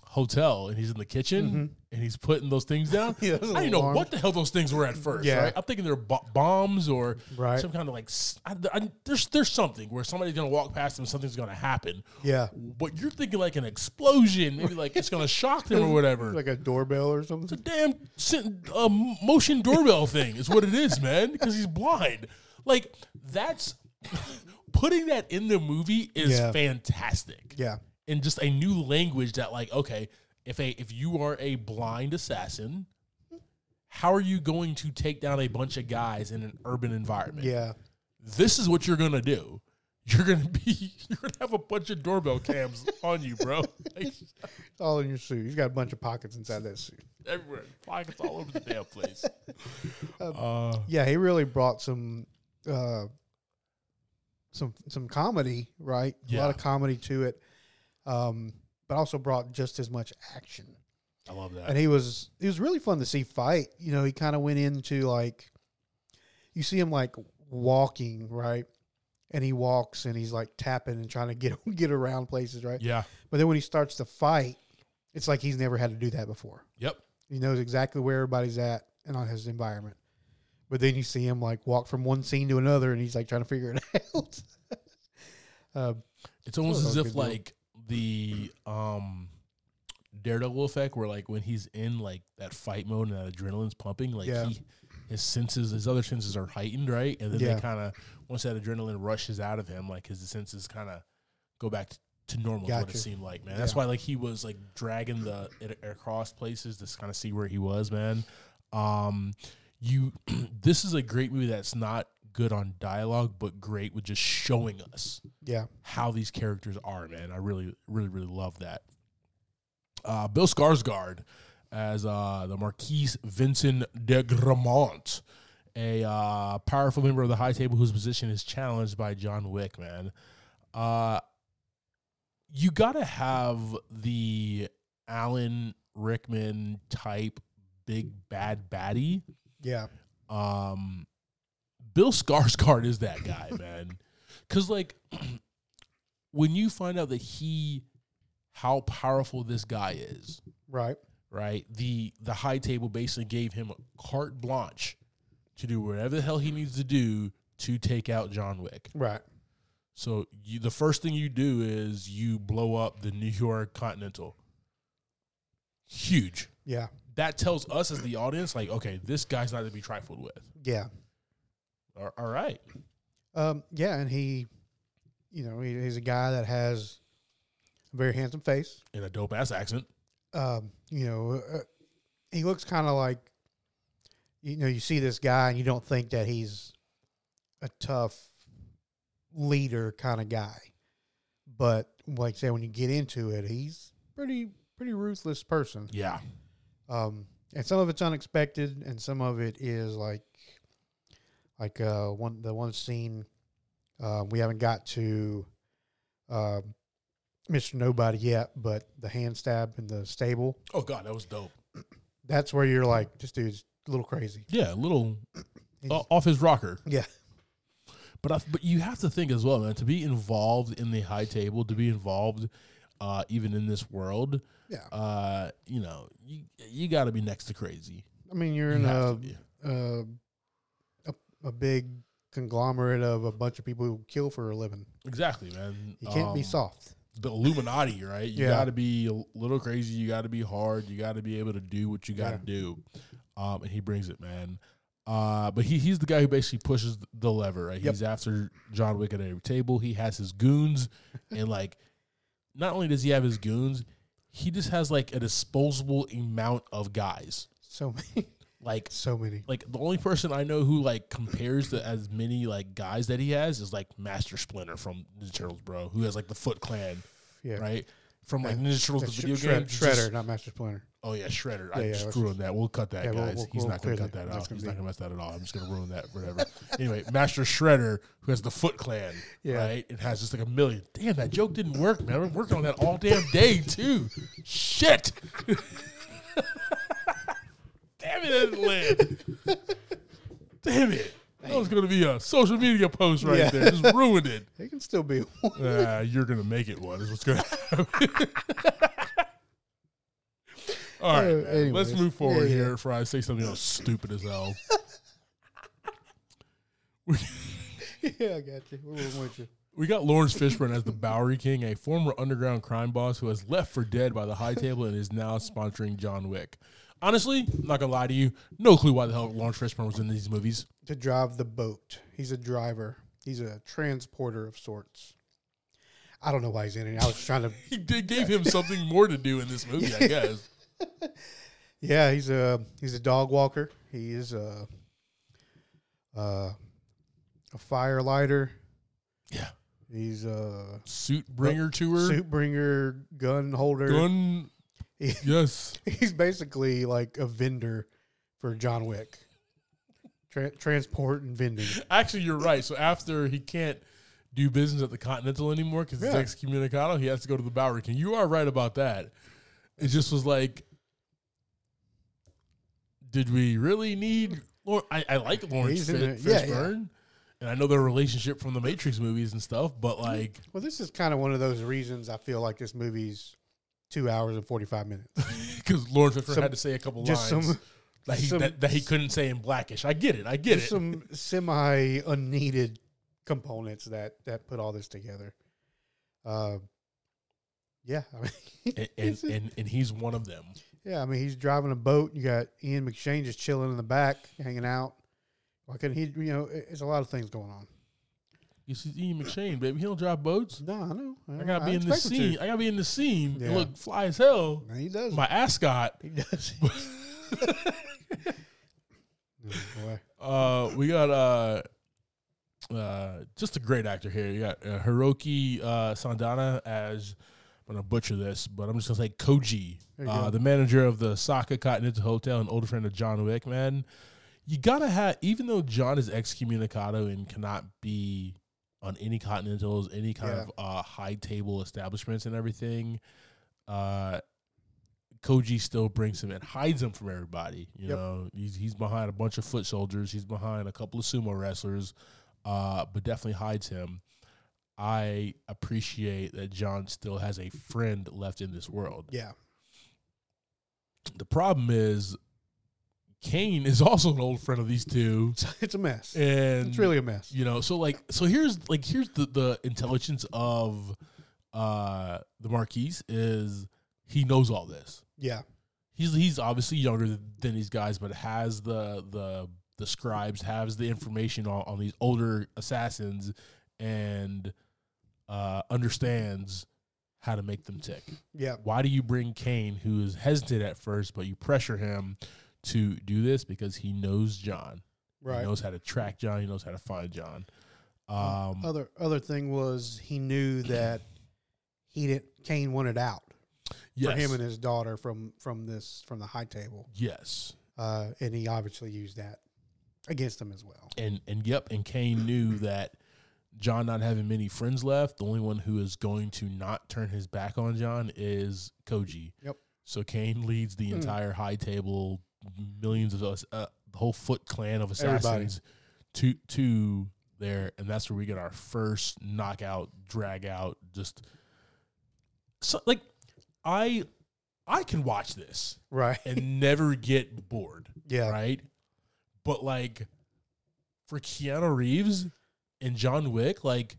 hotel and he's in the kitchen and he's putting those things down.
Mm-hmm. *laughs* Yeah,
I
those
didn't know
alarms.
what the hell those things were at first.
Yeah.
right? I'm thinking they're bo- bombs or
Right.
some kind of like s I I- there's there's something where somebody's gonna walk past them, and something's gonna happen.
Yeah.
But you're thinking like an explosion, maybe like it's gonna shock them or whatever.
*laughs* Like a doorbell or something.
It's a damn sin- uh, motion doorbell thing is what it is, man. Because he's blind. Like that's *laughs* putting that in the movie is
Yeah.
fantastic.
Yeah.
And just a new language that, like, okay, if a if you are a blind assassin, how are you going to take down a bunch of guys in an urban environment?
Yeah.
This is what you're gonna do. You're gonna be *laughs* you're gonna have a bunch of doorbell cams *laughs* on you, bro. Like,
It's all in your suit. He's got a bunch of pockets inside that suit.
everywhere, pockets all over the
*laughs*
damn place.
Um,
Uh,
Yeah, he really brought some uh some some comedy, right? A
Yeah.
lot of comedy to it. Um but also brought just as much action.
I love that.
and he was he was really fun to see fight. You know, he kind of went into like you see him like walking right, and he walks and he's like tapping and trying to get *laughs* get around places right.
Yeah.
But then when he starts to fight, it's like he's never had to do that before.
Yep.
He knows exactly where everybody's at and on his environment. But then you see him like walk from one scene to another, and he's like trying to figure it *laughs* out. uh,
It's almost
Oh,
as
good
if
deal.
like the um Daredevil effect where like when he's in like that fight mode and that adrenaline's pumping, like
Yeah.
he his senses his other senses are heightened, right? And then
Yeah.
they kinda once that adrenaline rushes out of him, like his senses kinda go back to to normal is what
Gotcha.
it seemed like, man. That's
Yeah.
why like he was like dragging the it across places to kind of see where he was, man. Um you *clears throat* this is a great movie that's not good on dialogue, but great with just showing us
yeah,
how these characters are, man. I really, really, really love that. Uh, Bill Skarsgård as uh, the Marquis Vincent de Gramont, a uh, powerful member of the High Table whose position is challenged by John Wick, man. Uh, you gotta have the Alan Rickman type big bad baddie.
yeah,
Um, Bill Skarsgård is that guy, man. Because like, *clears throat* when you find out that he, how powerful this guy is,
right,
right? The the high table basically gave him carte blanche to do whatever the hell he needs to do to take out John Wick.
right,
So you, the first thing you do is you blow up the New York Continental. Huge.
yeah,
That tells us as the audience, like, okay, this guy's not to be trifled with.
yeah.
All- all right.
Um, yeah, and he, you know, he, he's a guy that has a very handsome face.
in a dope ass accent.
Um, you know, uh, he looks kind of like, you know, you see this guy and you don't think that he's a tough leader kind of guy, but like I said, when you get into it, he's pretty pretty ruthless person.
Yeah.
Um, and some of it's unexpected, and some of it is like, like uh, one the one scene uh, we haven't got to, uh, Mister Nobody yet, but the hand stab in the stable.
Oh god, that was dope.
That's where you're like, this dude's a little crazy.
Yeah, a little
He's-
uh, off his rocker.
Yeah,
But I, but you have to think as well, man. To be involved in the high table, to be involved, uh, even in this world,
yeah.
uh, you know, you you got to be next to crazy.
I mean, you're
You
in
have to
a,
be.
a a a big conglomerate of a bunch of people who kill for a living.
Exactly, man.
You can't be
Um,
soft.
The Illuminati, right? You
Yeah.
got to be a little crazy. You got to be hard. You got to be able to do what you got to do. Um, and he brings it, man. Uh, but he, he's the guy who basically pushes the lever, right?
Yep.
He's after John Wick at every table. He has his goons, and like, not only does he have his goons, he just has like a disposable amount of guys.
So *laughs* many.
Like
So many.
like the only person I know who like compares to as many like guys that he has is like Master Splinter from Ninja Turtles, bro, who has like the Foot Clan,
Yeah.
right? From like
Yeah.
Ninja Turtles the
That's
video
Shred-
game,
Shredder, not Master Splinter.
oh yeah, Shredder.
Yeah,
I
yeah,
just
let's
screwed on that. We'll cut that,
Yeah, we'll-
guys.
we'll-
He's
we'll
not gonna
clear
cut
that.
that
That's
out.
gonna
He's not
be-
gonna mess that at all. I'm just gonna ruin that,
*laughs*
whatever. anyway, Master Shredder, who has the Foot Clan,
Yeah.
right? It has just like a million. Damn, that joke didn't work, man. I'm working on that all damn day too. Shit. *laughs* Damn it, it didn't land. Damn it. That was gonna be a social media post right
Yeah.
there. Just ruined it.
It can still be *laughs* one.
Ah, you're gonna make it one. Is what's gonna happen. *laughs* All right,
Uh,
man.
anyways.
let's move
Yeah,
forward
yeah.
here. For I say something else stupid as hell.
yeah, I got you. We're with you.
We got Lawrence Fishburne as the Bowery King, a former underground crime boss who has left for dead by the high table and is now sponsoring John Wick. Honestly, I'm not gonna lie to you, no clue why the hell Lawrence Fishburne was in these movies.
To drive the boat. He's a driver. He's a transporter of sorts. I don't know why he's in it. I was trying to.
He did, gave him something more to do in this movie,
*laughs*
I guess.
Yeah, he's a he's a dog walker. He is a uh, a fire lighter.
Yeah,
He's a
suit bringer tour,
suit bringer, gun holder.
gun.
He-
Yes,
*laughs* He's basically like a vendor for John Wick. Tra- transport and vending.
Actually, you're right. So after he can't do business at the Continental anymore because he's
Yeah.
excommunicado, he has to go to the Bowery King. You are right about that. It just was like, did we really need? Lor- I, I like Lawrence
He's in
Fish-
there. Yeah, yeah.
Fishburne, and I know their relationship from the Matrix movies and stuff,
*laughs*
but like, *laughs*
Well, this is kind of one of those reasons I feel like this movie's two hours and forty five minutes.
because Lawrence Fishburne
Some-
had to say a couple
just
lines
some-
that, he,
some-
that, that he couldn't say in Blackish. I get it. I get it.
There's some semi unneeded components that that put all this together. Uh, yeah, I mean, *laughs*
and, and, and and he's one of them.
yeah, I mean, he's driving a boat. You got Ian McShane just chilling in the back, hanging out. Why couldn't he? You know, it- it's a lot of things going on.
You see, Ian McShane, baby, he don't drive boats.
No, I know.
I gotta be in the
expect him to.
scene. I gotta be in the scene. and
Yeah.
Look, fly as hell.
No, he does.
My ascot.
He
*laughs*
does. *laughs* Oh, boy.
Uh, we got uh, uh, just a great actor here. You got uh, Hiroki uh, Sandana as I'm gonna butcher this, but I'm just gonna say Koji,
There you
uh,
go.
the manager of the Saka Continental Hotel and older friend of John Wick. Man, you gotta have even though John is excommunicado and cannot be on any continentals, any kind
Yeah.
of uh, high table establishments and everything. Uh, Koji still brings him and hides him from everybody. You
Yep.
know, he's he's behind a bunch of foot soldiers. He's behind a couple of sumo wrestlers, uh, but definitely hides him. I appreciate that John still has a friend left in this world.
Yeah.
The problem is, Kane is *laughs* also an old friend of these two,
It's, it's a mess.
and
it's really a mess.
you know so like so here's like here's the the intelligence of uh the marquise is he knows all this
Yeah.
he's he's obviously younger th- than these guys but has the the the scribes has the information on, on these older assassins and uh understands how to make them tick
Yeah.
why do you bring Kane, who is hesitant at first, but you pressure him to do this because he knows John. He
Right.
knows how to track John. He knows how to find John. Um,
other other thing was he knew that he didn't Kane wanted out
yes.
for him and his daughter from from this from the high table.
yes.
Uh, and he obviously used that against him as well.
And, and yep. And Kane knew that John not having many friends left, the only one who is going to not turn his back on John is Koji.
Yep.
So Kane leads the
Mm.
entire high table, millions of us, uh, the whole Foot clan of assassins to to there, and that's where we get our first knockout, drag out, just so like I I can watch this
Right.
and never get bored,
Yeah.
right? But like for Keanu Reeves and John Wick, like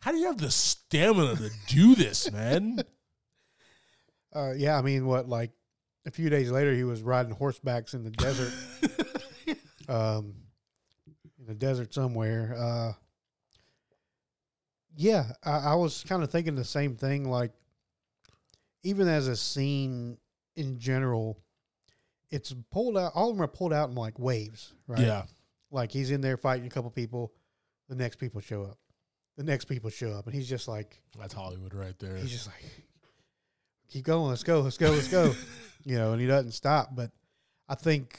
how do you have the stamina to do this, man?
Uh, yeah. I mean, what like a few days later, he was riding horsebacks in the desert, um, in the desert somewhere. Uh, yeah, I, I was kind of thinking the same thing. Like, even as a scene in general, it's pulled out. All of them are pulled out in like waves, *laughs* right?
Yeah.
Like he's in there fighting a couple people. The next people show up. The next people show up, and he's just like
That's Hollywood right there.
he's just like, keep going, let's go, let's go, let's go. you know, and he doesn't stop. But I think,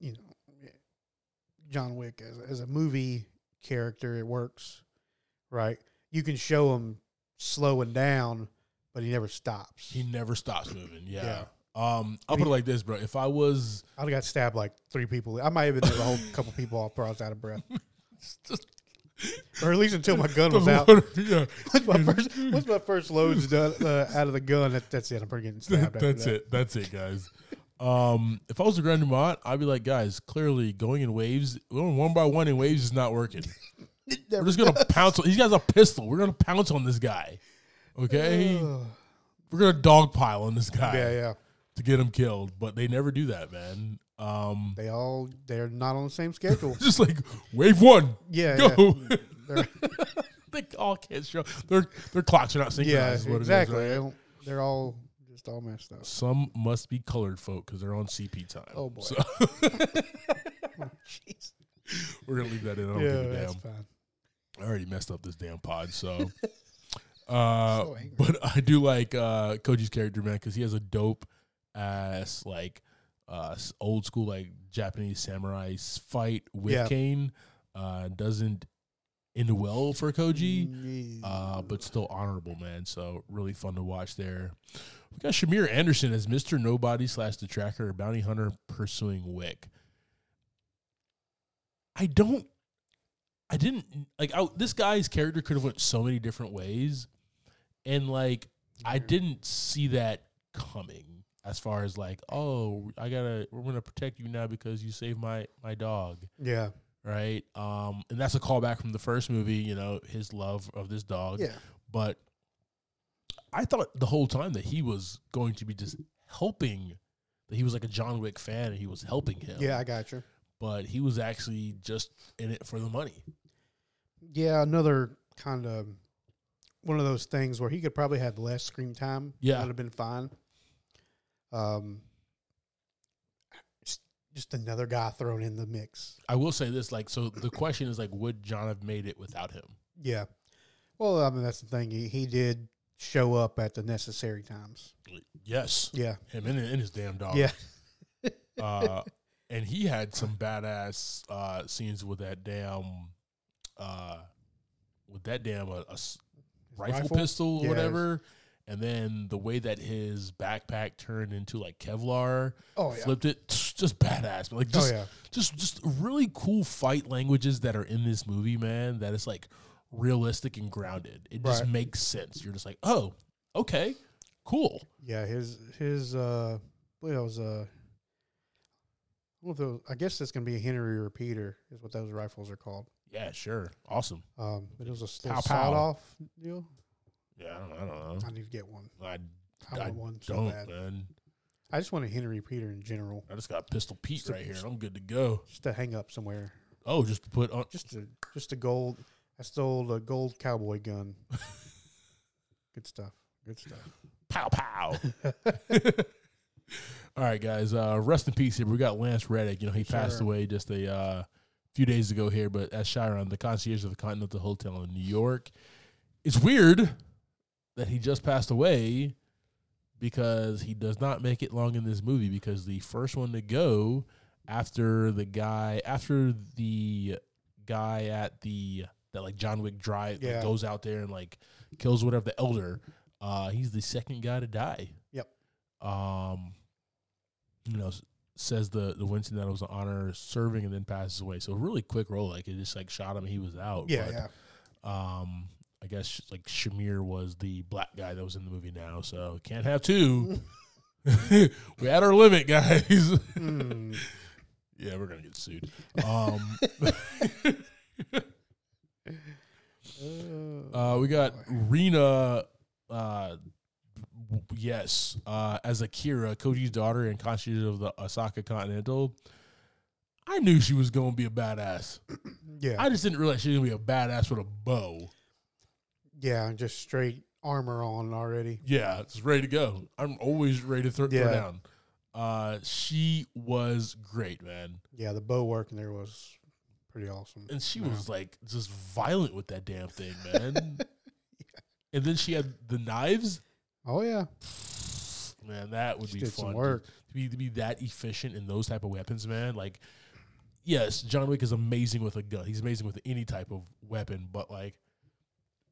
you know, John Wick as, as a movie character, it works, right? You can show him slowing down, but he never stops.
He never stops moving. Yeah. Um, I'll put it like this, bro. If I was
I got stabbed like three people. I might have been the whole couple people off, before I was out of
*laughs*
breath, or at least until my gun was out.
*laughs* yeah,
Once my first, once my first load's done uh, out of the gun, that, that's it. I'm
*laughs*
pretty getting stabbed. after
that's
that.
it. That's it, guys. Um, if I was a Grand Dumont, I'd be like, guys, clearly going in waves, going one by one in waves is not
*laughs*
working. We're just gonna pounce. On, he's got a pistol. We're gonna pounce on this guy. Okay,
Ugh.
we're gonna dogpile on this
*sighs*
guy
Yeah, yeah.
to get him killed. But they never do that, man. Um, *laughs*
They all they're not on the same schedule.
just like wave one,
Yeah, yeah.
*laughs* go.
They're,
they all can't show their their clocks are not
yeah,
synchronized. is what it is,
exactly.
right?
They don't, they're all just all messed up.
Some must be colored folk because they're on CP time.
*laughs* Oh, boy.
So- *laughs* We're gonna leave that in. I don't
Yeah,
give a
that's
damn.
fine.
I already messed up this damn pod. So,
*laughs*
uh,
So angry.
but I do like uh, Koji's character, man, because he has a dope ass like uh, s- old school like Japanese samurai s- fight with
Yeah.
Kane. Uh, doesn't end well for
Mm.
Koji.
Yeah.
uh, but still honorable, man. So really fun to watch there. We got Shamir Anderson as Mister Nobody slash the Tracker or Bounty Hunter pursuing Wick. I don't. I didn't like I, this guy's character could have went so many different ways, and like I didn't see that coming. As far as like, oh, I gotta, we're gonna protect you now because you saved my my dog
yeah,
right? Um, and that's a callback from the first movie, you know, his love of this dog.
yeah.
But I thought the whole time that he was going to be just helping, that he was like a John Wick fan and he was helping him.
Yeah, I got you.
But he was actually just in it for the money.
Yeah, another kind of one of those things where he could probably had less screen time.
Yeah.
would have been fine. Um, just, just another guy thrown in the mix.
I will say this, like, so the question is like, would John have made it without him?
Yeah. Well, I mean that's the thing. He, he did show up at the necessary times.
Yes,
Yeah.
him and, and his damn dog.
Yeah.
uh, and he had some badass uh, scenes with that damn, uh, with that damn uh, a s- rifle,
Rifle?
pistol or
Yeah, it was-
whatever. And then the way that his backpack turned into like Kevlar,
Oh yeah.
flipped it, *laughs* just badass. But like
Oh
just,
yeah.
just, just really cool fight languages that are in this movie, man. That is like realistic and grounded. It just
Right.
makes sense. You're just like, oh, okay, cool.
Yeah, his his uh I believe that was uh I, don't know if those, I guess it's gonna be a Henry repeater is what those rifles are called.
Yeah, sure, awesome.
Um, but it was a
Pow,
little
pow.
sawed off deal.
Yeah, I don't, I don't know.
I need to get one.
I
I
I
want one so
don't,
bad.
man.
I just want a Henry repeater in general,
I just got Pistol Pete
Just a-
right here. and I'm good to go.
just to hang up somewhere.
Oh, just to put on.
Just a just a gold. I stole a gold cowboy *laughs* gun. Good stuff. Good stuff. *laughs*
pow pow. All right, guys. Uh, rest in peace. Here we got Lance Reddick. You know he passed
Sure.
away just a uh, few days ago here, but as Chiron, the concierge of the Continental Hotel in New York, it's weird that he just passed away because he does not make it long in this movie because the first one to go after the guy after the guy at the that like John Wick drive that
Yeah.
goes out there and like kills whatever the elder uh, he's the second guy to die.
Yep.
Um, you know, s- says the the Winston that it was an honor serving and then passes away. So really quick roll, like it just like shot him. He was out.
Yeah,
but,
yeah.
Um, I guess sh- like Shamir was the black guy that was in the movie now, so can't have two. *laughs* we at our limit,
*laughs*
guys. *laughs*
Mm.
yeah, we're gonna get sued. Um,
Uh,
uh, we got Rena. Uh, w- yes, uh, as Akira, Koji's daughter and concierge of the Osaka Continental. I knew she was gonna be a badass.
yeah,
I just didn't realize she was gonna be a badass with a bow.
yeah. Just straight armor on already.
Yeah, it's ready to go. I'm always ready to throw,
Yeah.
throw down. Uh, she was great, man,
Yeah, the bow work in there was pretty awesome.
and she
Yeah.
was like just violent with that damn thing,
*laughs*
man. And then she had the knives.
Oh yeah,
Man, that would
she
be
did
fun
some
to-
work.
to be to be that efficient in those type of weapons, man. Like, yes, John Wick is amazing with a gun. He's amazing with any type of weapon, but like,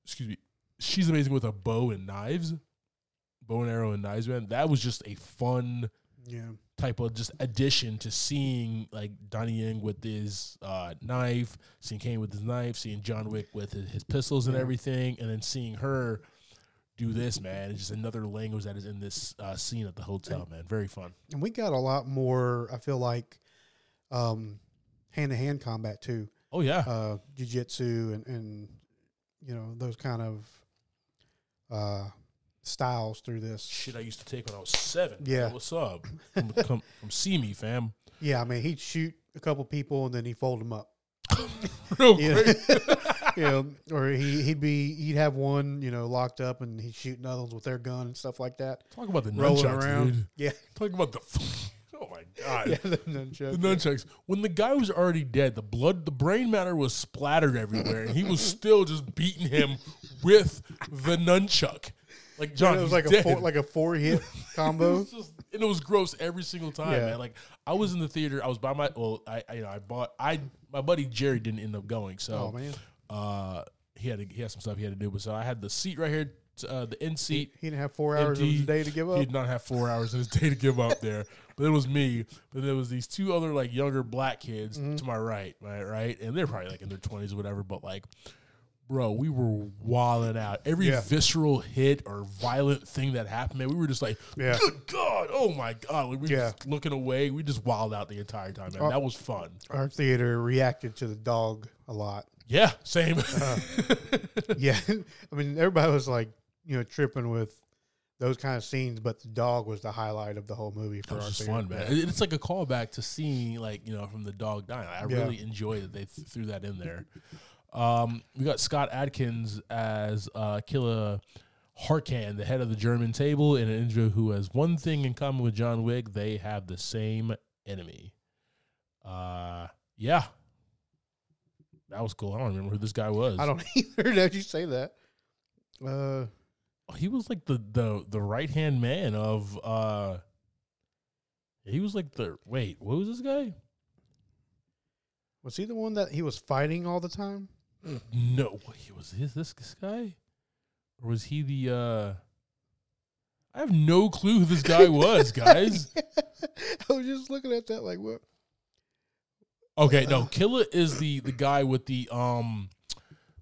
excuse me, she's amazing with a bow and knives, bow and arrow and knives, man. That was just a fun
Yeah,
type of just addition to seeing like Donnie Yang with his uh, knife, seeing Kane with his knife, seeing John Wick with his, his pistols and
Yeah.
everything, and then seeing her do this, man. It's just another language that is in this uh, scene at the hotel, man. Very fun.
and we got a lot more. I feel like um, hand-to-hand combat too,
Oh yeah.
uh, jujitsu and and you know those kind of uh, styles through this.
shit I used to take when I was seven.
Yeah.
man. what's up?
*laughs*
Come, come, come see me, fam.
Yeah, I mean he'd shoot a couple people and then he'd fold them up.
Real
Yeah.
quick.
*laughs* you know, or he, he'd be he'd have one you know locked up and he'd shoot another ones with their gun and stuff like that.
Talk about the
Rolling
nunchucks,
around.
dude.
Yeah,
Talk about the. *laughs* Oh my god.
yeah, *laughs* the nunchuck.
The nunchucks. When the guy was already dead, the blood, the brain matter was splattered everywhere, and
*laughs*
he was still just beating him with the nunchuck. Like John,
And it was
he's
like a
dead.
four, like a four
*laughs*
hit
It
combo.
was just- and it was gross every single time,
Yeah.
man. Like I was in the theater, I was by my well, I, I you know I bought I my buddy Jerry didn't end up going, so
Oh man,
uh, he had to, he had some stuff he had to do, but so I had the seat right here, t- uh, the end seat.
he didn't have four hours of his
empty.
day to give
He
up.
did not have four hours in his day to give up there, but it was me. But there was these two other like younger black kids
Mm-hmm.
to my right, right, right, and they're probably like in their twenties or whatever. But like, bro, we were wilding out. Every
Yeah.
visceral hit or violent thing that happened, man, we were just like,
Yeah.
good god, oh my god, like, we were
Yeah.
just looking away. We just wild out the entire time, man.
Uh,
that was fun.
Our theater reacted to the dog a lot. *laughs*
Yeah, same.
uh-huh.
*laughs*
Yeah, I mean everybody was like you know tripping with those kind of scenes, but the dog was the highlight of the whole movie for
It was
our
just
theater.
fun, man. It- It's like a callback to seeing, like you know, from the dog dying. I
Yeah.
really enjoy that they th- threw that in there. Um, we got Scott Adkins as uh, Killa Harkan, the head of the German table, and an individual who has one thing in common with John Wick: they have the same enemy. Uh, yeah, that was cool. I don't remember who this guy was.
I don't *laughs* either. Now you say that. Uh,
He was like the the the right hand man of. uh He was like the wait. What was this guy?
was he the one that he was fighting all the time?
No, he was this this this guy, or was he the? uh I have no clue who this guy
*laughs*
was, guys.
I was just looking at that like, what?
Okay, no, Killa is the the guy with the um,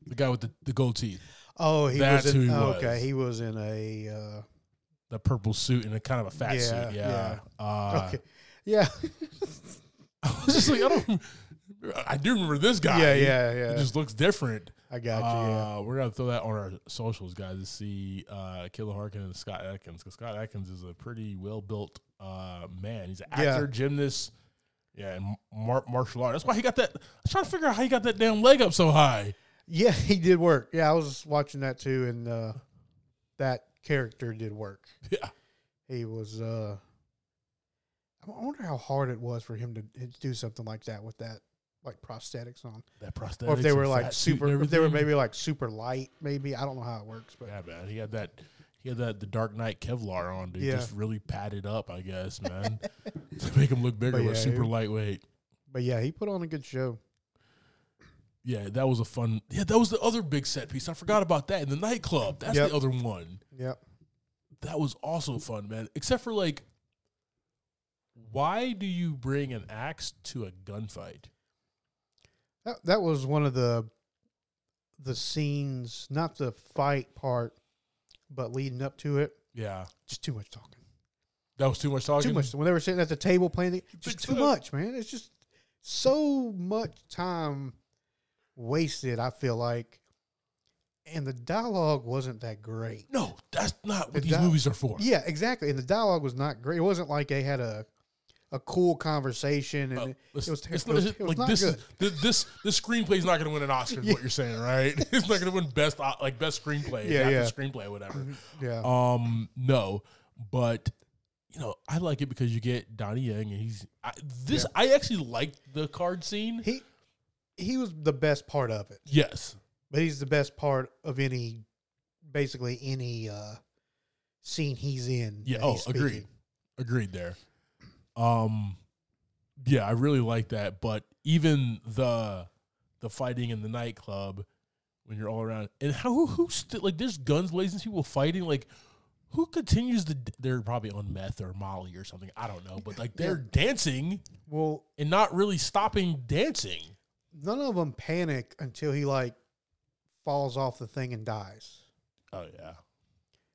the guy with the, the gold teeth,
Oh, he
That's
was in,
who he
oh, Okay,
was.
he was in a. Uh,
the purple suit and a kind of a fat
Yeah,
suit. Yeah. Uh,
okay, yeah,
*laughs*
*laughs*
I was just like, I don't. I do remember this guy.
yeah, yeah, yeah.
He just looks different.
I got you. Yeah.
Uh, we're gonna throw that on our socials, guys, to see uh, Killer Harkin and Scott Atkins. Because Scott Atkins is a pretty well built uh, man. He's an
Yeah.
actor, gymnast, yeah, and mar- martial art. That's why he got that. I was trying to figure out how he got that damn leg up so high.
Yeah, he did work. Yeah, I was watching that too, and uh, that character did work.
Yeah.
He was. Uh, I wonder how hard it was for him to to do something like that with that, like prosthetics on,
That prosthetic.
or if they were like super, if they were maybe like super light, maybe I don't know how it works, but
Yeah, man. He had that. He had that the Dark Knight Kevlar on, dude.
Yeah.
Just really padded up, I guess, man, *laughs* to make him look bigger.
But
But
yeah,
super
he-
lightweight.
but yeah, he put on a good show.
Yeah, that was a fun. Yeah, that was the other big set piece. I forgot about that in the nightclub. That's
Yep.
the other one.
Yep.
That was also fun, man. Except for like, why do you bring an axe to a gunfight?
That that was one of the the scenes, not the fight part, but leading up to it.
Yeah,
Just too much talking.
that was too much talking.
Too much. When they were sitting at the table playing, the, just
Big
too
time.
much, man. It's just so much time wasted. I feel like, and the dialogue wasn't that great.
No, that's not
The
what these
di-
movies are for.
Yeah, exactly. And the dialogue was not great. It wasn't like they had a a cool conversation, and
Uh,
it, it
listen,
was ter-
it's
it was,
not-
it was
like
not
this,
good.
th- this this screenplay is not going to win an Oscar. Is what you're saying, right? *laughs* it's not going to win best o- like best screenplay,
Yeah,
yeah,
yeah.
screenplay, whatever.
Yeah,
Um, no, but you know, I like it because you get Donnie Yang, and he's I, this. I actually like the card scene.
He he was the best part of it,
yes,
but he's the best part of any, basically any uh scene he's in.
Yeah,
that
oh,
he's speaking.
agreed. agreed there. Um, yeah, I really like that. But even the the fighting in the nightclub when you're all around, and how who, who still like there's guns blazing, people fighting like. Who continues the? They're probably on meth or Molly or something. I don't know, but like they're dancing
Well,
and not really stopping dancing.
none of them panic until he like falls off the thing and dies.
Oh yeah,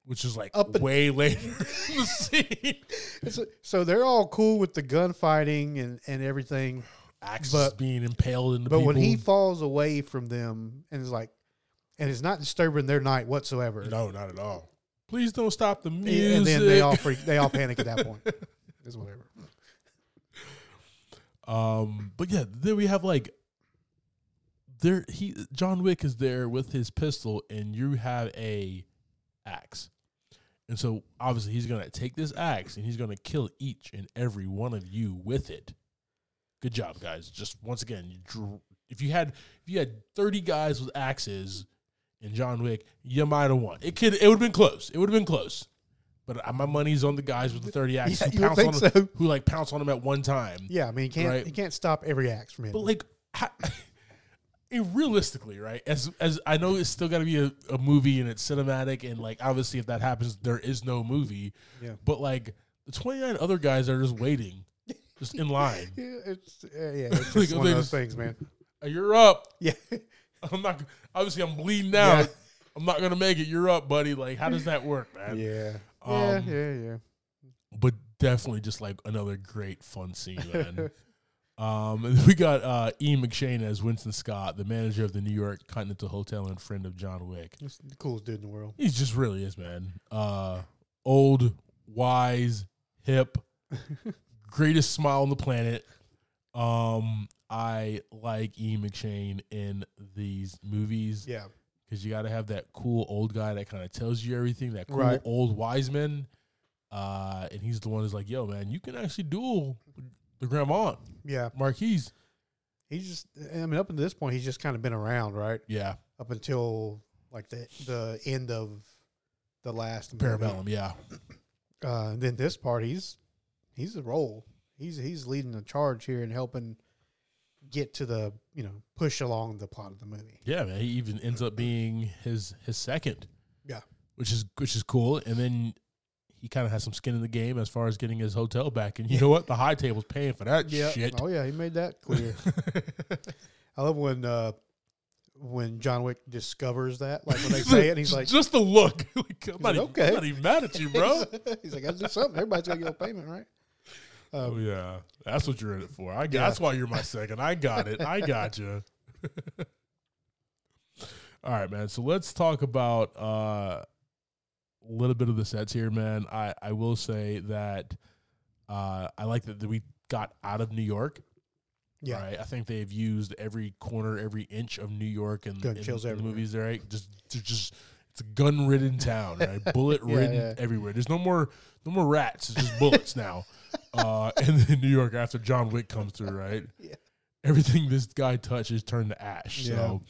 which is like
Up and-
way later in the scene.
So, so they're all cool with the gunfighting and and everything,
Axe
But-
being impaled in the
but when he
people.
falls away from them and is like, and it's not disturbing their night whatsoever.
no, not at all. Please don't stop the music.
And then they all freak, they all panic at that point.
*laughs*
It's whatever.
Um, but yeah, then we have like there he John Wick is there with his pistol, and you have a axe, and so obviously he's gonna take this axe and he's gonna kill each and every one of you with it. Good job, guys. Just once again, you drew, if you had if you had thirty guys with axes and John Wick, you might have won. It could it would have been close. It would have been close. But uh, my money's on the guys with the thirty
*laughs*
axes
Yeah,
who
you would
pounce
think
on
so.
them, who like pounce on them at one time.
Yeah, I mean, you can't
Right.
you can't stop every axe from
But
hitting.
like, *laughs* how, and realistically, right? As as I know, it's still got to be a, a movie and it's cinematic, and like obviously, if that happens, there is no movie.
Yeah.
But like, the twenty nine other guys are just waiting, just
*laughs*
in line.
Yeah, it's uh, yeah,
*laughs*
it's
Like,
just one of
they
those
just-
things, man.
Uh, You're up.
Yeah,
I'm not. Obviously, I'm bleeding out.
Yeah.
I'm not gonna make it. You're up, buddy. Like, how does that work, man?
yeah, yeah,
Um,
yeah, yeah.
But definitely, just like another great fun scene, man. *laughs* Um, and we got uh, Ian McShane as Winston Scott, the manager of the New York Continental Hotel and friend of John Wick.
It's the coolest dude in the world.
He just really is, man. Uh, old, wise,
*laughs*
hip, greatest smile on the planet. Um, I like E. McShane in these movies
Yeah,
because you got to have that cool old guy that kind of tells you everything. That cool
Right.
old wise man. Uh, and he's the one who's like, "Yo, man, you can actually duel the Grand Aunt
yeah.
Marquise."
He's just I mean, up until this point, he's just kind of been around, right?
Yeah,
Up until like the the end of the last movie.
Parabellum. Yeah,
Uh, and then this part, he's he's the role. He's he's leading the charge here and helping get to the you know push along the plot of the movie.
yeah, man. He even ends up being his his second.
Yeah.
which is which is cool. And then he kind of has some skin in the game as far as getting his hotel back. And you know what? The high table's paying for that
Yeah.
shit.
Oh yeah, he made that clear. I love when uh when John Wick discovers that, like when
*laughs*
they say it, and he's like,
just the look. *laughs* like, I'm, not
like,
even,
"Okay."
I'm not even mad at you, bro.
*laughs* he's like, I gotta do something. Everybody's gotta get a payment, right? Um,
oh yeah, that's what you're in it for. I got,
Yeah.
that's why you're my second. I got it. I got you. *laughs* All right, man. So let's talk about uh, a little bit of the sets here, man. I I will say that uh, I like that we got out of New York.
Yeah.
Right. I think they've used every corner, every inch of New York and,
Gun
and
chills
the
everywhere.
movies. Right. Just, they're just it's a gun ridden town.
*laughs*
Right. Bullet ridden
yeah.
everywhere. There's no more, no more rats. It's just
*laughs*
bullets now. Uh, and then New York after John Wick
*laughs*
comes through. Right.
Yeah.
Everything this guy touches turned to ash.
Yeah.
So,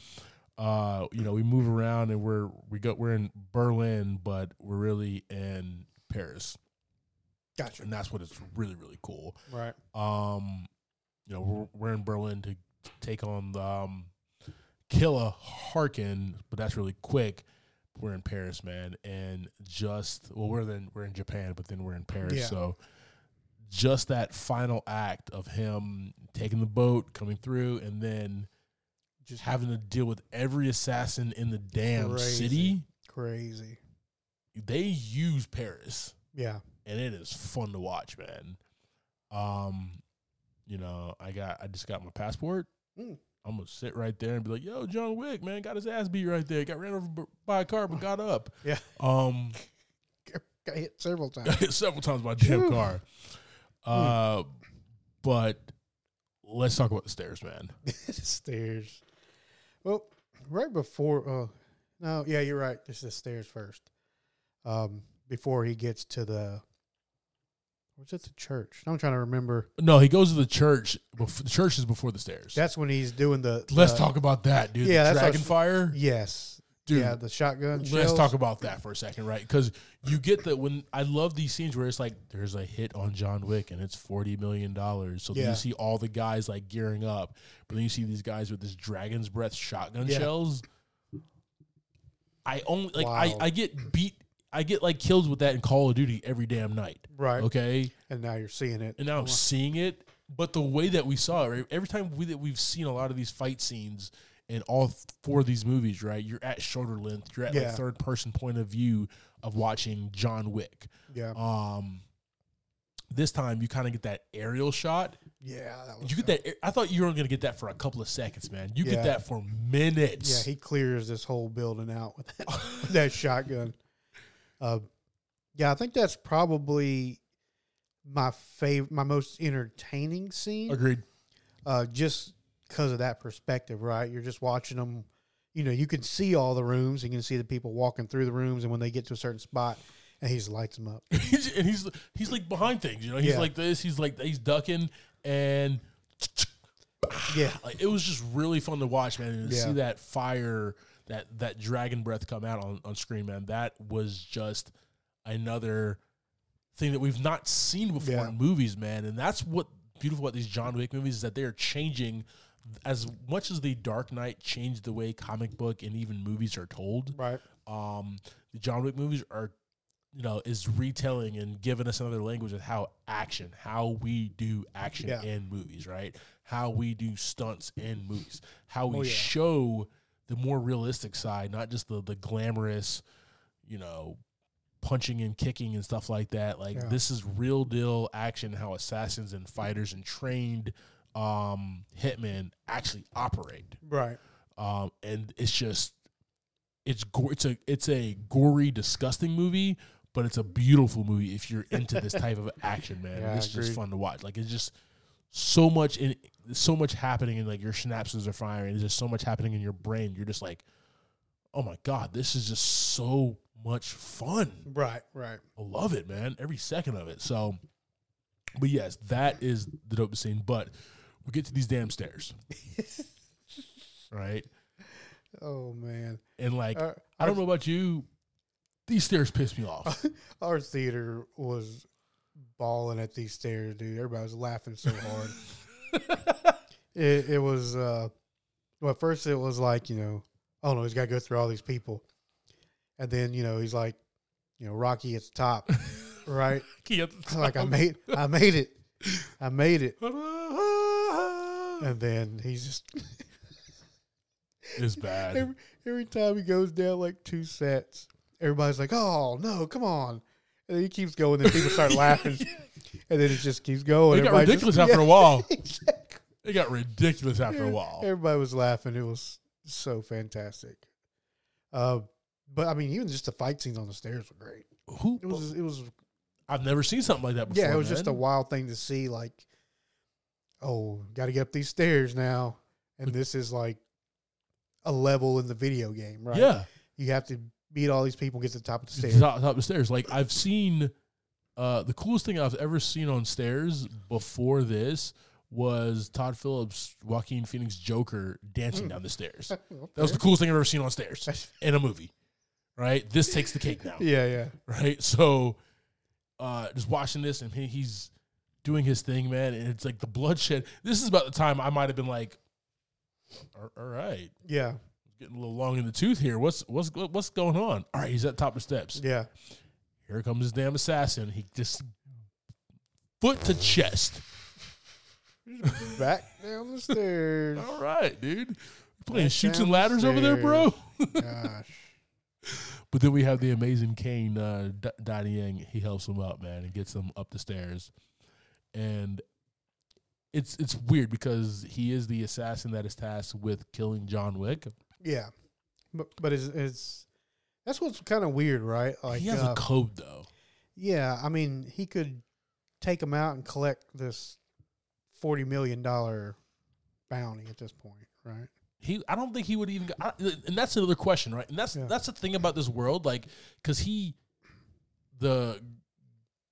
uh, you know, we move around and we're we go we're in Berlin, but we're really in Paris,
Gotcha.
and that's what it's really really cool
Right.
um you know we're, we're in berlin to take on the um killer harkin but that's really quick we're in paris man and just well we're then we're in japan but then we're in paris
Yeah.
so just that final act of him taking the boat coming through and then
Just
having to deal with every assassin in the damn
Crazy.
city
crazy.
they use paris
Yeah.
and it is fun to watch, man. Um, you know, I got I just got my passport.
Mm.
I'm gonna sit right there and be like, "Yo, John Wick, man, got his ass beat right there. Got ran over b- by a car, but got up."
*laughs* Yeah.
Um, *laughs*
Got hit several times. *laughs*
got hit several times by a damn
Phew.
car. Uh, but let's talk about the stairs, man.
stairs. Well, right before. Oh, no. Yeah, you're right. It's the stairs first. Um, before he gets to the Was it the church? I'm trying to remember.
No, he goes to the church. Before, the church is before the stairs.
That's when he's doing the.
Let's
the-
talk about that, dude.
uh, yeah,
the
that's
dragon
what-
fire,
Yes.
dude.
yeah, the shotgun.
Let's
shells.
talk about that for a second, right? Because you get that when I love these scenes where it's like there's a hit on John Wick and it's forty million dollars. So then
Yeah.
you see all the guys like gearing up, but then you see these guys with this dragon's breath shotgun
Yeah.
shells. I only like
Wow.
I, I get beat I get like killed with that in Call of Duty every damn night.
Right.
Okay.
And now you're seeing it.
And now I'm seeing it, but the way that we saw it, right? Every time we, that we've seen a lot of these fight scenes in all th- four of these movies, right? You're at shoulder length. You're at
Yeah.
like third person point of view of watching John Wick.
yeah.
Um, this time you kind of get that aerial shot.
yeah. That was
You get that. air- I thought you were only gonna get that for a couple of seconds, man. You
Yeah.
get that for
Yeah,
minutes.
he clears this whole building out with
*laughs*
that, that shotgun. Uh, yeah, I think that's probably my favorite, my most entertaining scene.
Agreed. *laughs*
Uh, just because of that perspective, right? You're just watching them. You know, you can see all the rooms. You can see the people walking through the rooms, and when they get to a certain spot, and he just lights them up.
He's- and he's he's like behind things, you know. He's
Yeah.
like this. He's like he's ducking and.
Yeah,
*sighs* like it was just really fun to watch, man. And to
Yeah.
see that fire, that that dragon breath come out on, on screen, man. That was just another thing that we've not seen before
Yeah.
in movies, man. And that's what beautiful about these John Wick movies is that they are changing as much as the Dark Knight changed the way comic book and even movies are told.
right.
Um, the John Wick movies are, you know, is retelling and giving us another language of how action, how we do action
Yeah.
in movies, right? How we do stunts in movies, how we
Oh, yeah.
show the more realistic side, not just the the glamorous, you know, punching and kicking and stuff like that. Like
Yeah.
this is real deal action, how assassins and fighters and trained um hitmen actually operate
Right.
um, and it's just it's go- it's a it's a gory, disgusting movie, but it's a beautiful movie if you're into this type of action, man.
Yeah, I
it's just
agree.
fun to watch. Like it's just so much in so much happening, and like your synapses are firing. There's just so much happening in your brain. You're just like, oh my god, this is just so much fun.
Right. Right.
I love it, man. Every second of it. So, but yes, that is the dopest scene. But we get to these damn stairs, right?
Oh man.
And like,
Uh,
I don't know about you. These stairs piss me off.
Our theater was balling at these stairs, dude. Everybody was laughing so hard. it, it was, uh, well, at first it was like, you know, oh no, he's got to go through all these people. And then, you know, he's like, you know, Rocky at the top, right? *laughs* like, I *laughs* made, I made it. I made it. And then he's just,
It's bad.
every, every time he goes down like two sets, everybody's like, oh no, come on. And then he keeps going, then people start
*laughs*
laughing. And then it just keeps going.
It got
Everybody
ridiculous
just- *laughs*
after a while.
Exactly.
It got ridiculous after a while.
Everybody was laughing. It was so fantastic. Uh, but I mean, even just the fight scenes on the stairs were great.
Who?
It was, it was,
I've never seen something like that before.
yeah, it was just a
man.
wild thing to see. Like, oh, got to get up these stairs now, and this is like a level in the video game, right?
Yeah,
you have to beat all these people, and get to the top of the stairs.
top, top of the stairs. Like I've seen, uh, the coolest thing I've ever seen on stairs before this was Todd Phillips, Joaquin Phoenix Joker
Hmm.
dancing down
*laughs*
the stairs. That was the coolest thing I've ever seen on stairs in a movie. Right? This takes the cake now.
*laughs* yeah, yeah,
*laughs* right? So, uh, just watching this and he, he's doing his thing, man. And it's like the bloodshed. This is about the time I might have been like, all all right,
yeah,
getting a little long in the tooth here. What's what's what's going on? All right, he's at the top of the steps.
yeah.
Here comes his damn assassin. He just foot to chest.
Back down the
*laughs*
stairs.
All right, dude. You Playing
Back
shoots
down
and
the
ladders over there, bro.
Gosh.
But then we have the amazing Kane, uh, D- Donnie Yang. He helps him up, man, and gets him up the stairs. And it's it's weird because he is the assassin that is tasked with killing John Wick.
Yeah, but but it's, it's that's what's kind of weird, right? Like,
he has
uh,
a code though.
yeah, I mean, he could take him out and collect this forty million dollar bounty at this point, right?
He, I don't think he would even. I, and that's another question, right? And that's
Yeah.
that's the thing about this world, like, because he, the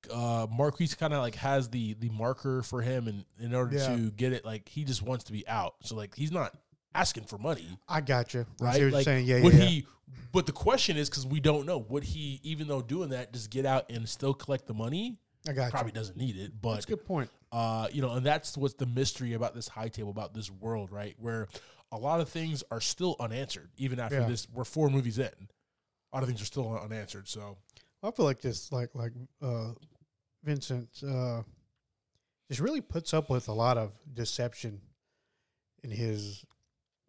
uh, Marquise kind of like has the the marker for him, and in order
Yeah.
to get it, like he just wants to be out. So like he's not asking for money,
I got you. I
right?
see what
like
you're saying. Yeah,
would
yeah. yeah.
he? But the question is because we don't know would he, even though doing that, just get out and still collect the money?
I got
Probably
you.
doesn't need it,
That's
but
a good point.
uh, you know, and that's what's the mystery about this high table, about this world, right? Where a lot of things are still unanswered, even after
Yeah.
this. We're four movies in. A lot of things are still unanswered. So
I feel like this, like like uh, Vincent, uh, just really puts up with a lot of deception in his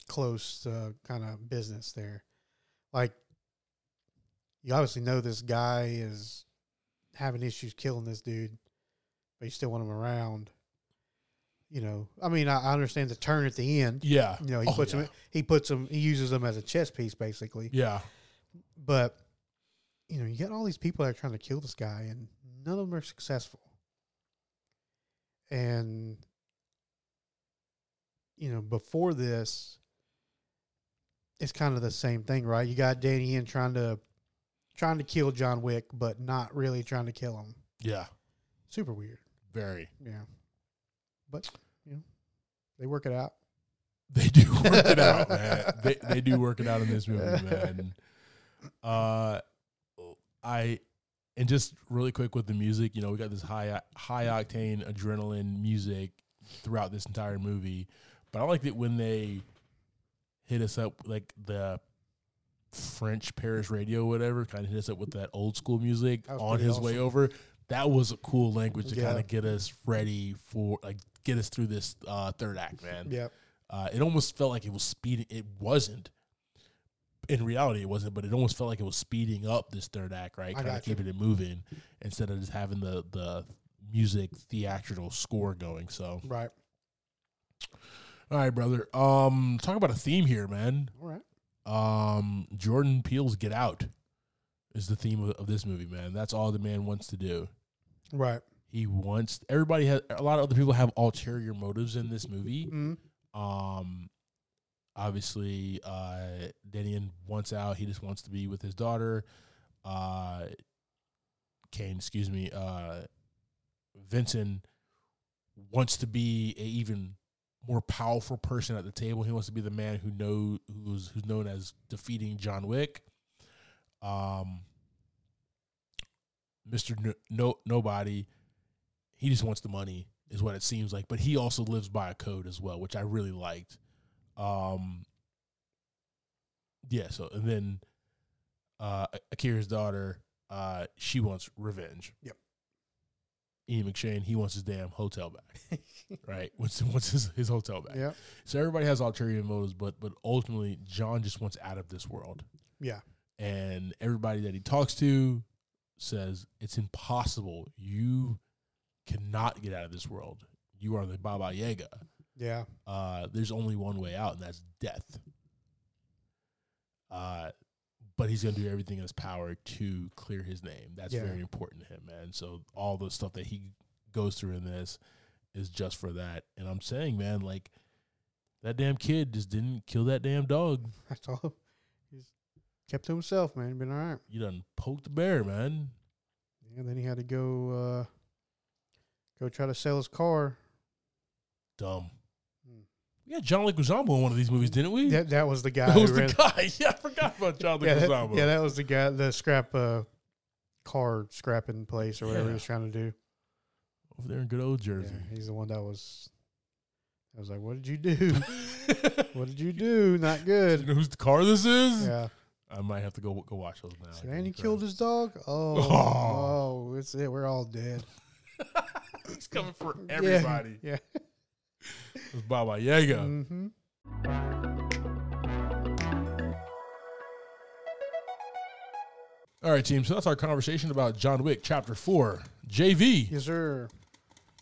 close uh, kind of business there. Like, you obviously know this guy is having issues killing this dude, but you still want him around. You know, I mean, I, I understand the turn at the end.
yeah,
You know, he
Oh,
puts
yeah.
him, he puts him, he uses him as a chess piece, basically
Yeah,
but you know you got all these people that are trying to kill this guy and none of them are successful and you know before this it's kind of the same thing right you got danny in trying to trying to kill john wick but not really trying to kill him
yeah,
super weird
very.
yeah but you know they work it out *laughs*
They do work it out, man. They, they do work it out in this movie, man. Uh, I and just really quick with the music, you know, we got this high high octane adrenaline music throughout this entire movie, but I liked it when they hit us up like the French Paris radio, whatever, kind of hit us up with that old school music
That was
on
pretty
his way over. That was a cool language to
Yeah.
kind of get us ready for like get us through this uh, third act, man.
yep
Uh, it almost felt like it was speeding. It wasn't. In reality, it wasn't, but it almost felt like it was speeding up this third act, right?
I
Kind of
gotcha.
keeping it moving instead of just having the the music theatrical score going. So,
right
all right, brother. Um, talk about a theme here, man.
all right
Um, Jordan Peele's Get Out is the theme of, of this movie, man. That's all the man wants to do.
right
He wants everybody has a lot of other people have ulterior motives in this movie.
mm
Um, obviously, uh, Danian wants out. He just wants to be with his daughter. Uh, Kane, excuse me. Uh, Vincent wants to be a even more powerful person at the table. He wants to be the man who know who's who's known as defeating John Wick. Um, Mister no, no Nobody. He just wants the money, is what it seems like. But he also lives by a code as well, which I really liked. Um, yeah. So and then uh, Akira's daughter, uh, she wants revenge.
Yep.
Ian McShane, he wants his damn hotel
*laughs*
back, right? Wants wants his, his hotel back.
yep
So everybody has ulterior motives, but but ultimately John just wants out of this world.
Yeah.
And everybody that he talks to says it's impossible. You cannot get out of this world. You are the Baba Yaga.
yeah
Uh, there's only one way out, and that's death. Uh, but he's going to do everything in his power to clear his name. That's
Yeah.
very important to him, man. So all the stuff that he goes through in this is just for that. And I'm saying, man, like that damn kid just didn't kill that damn dog.
*laughs* That's all. He's kept to himself, man. Been all right.
You done poked the bear, man.
And then he had to go uh, go try to sell his car.
Dumb.
Hmm.
We got John Leguizamo in one of these movies, didn't we? *laughs*
That that was the guy.
that was
who
the
ran-
guy. *laughs* Yeah, I forgot about John
Yeah that,
Leguizamo.
yeah, that was the guy. The scrap uh, car scrapping place or whatever
Yeah.
he was trying to do.
Over there in good old
Yeah,
Jersey.
he's the one that was. I was like, "What did you do? what did you do? Not good."
*laughs* You know whose car this is?
Yeah.
I might have to go go watch those now.
So, and he killed his dog. Oh,
*laughs* Oh.
oh, it's it. We're all dead.
He's coming for
Yeah,
everybody.
Yeah. *laughs*
It's Baba Yaga.
Mm-hmm.
All right, team. So that's our conversation about John Wick Chapter Four. JV,
Yes, sir.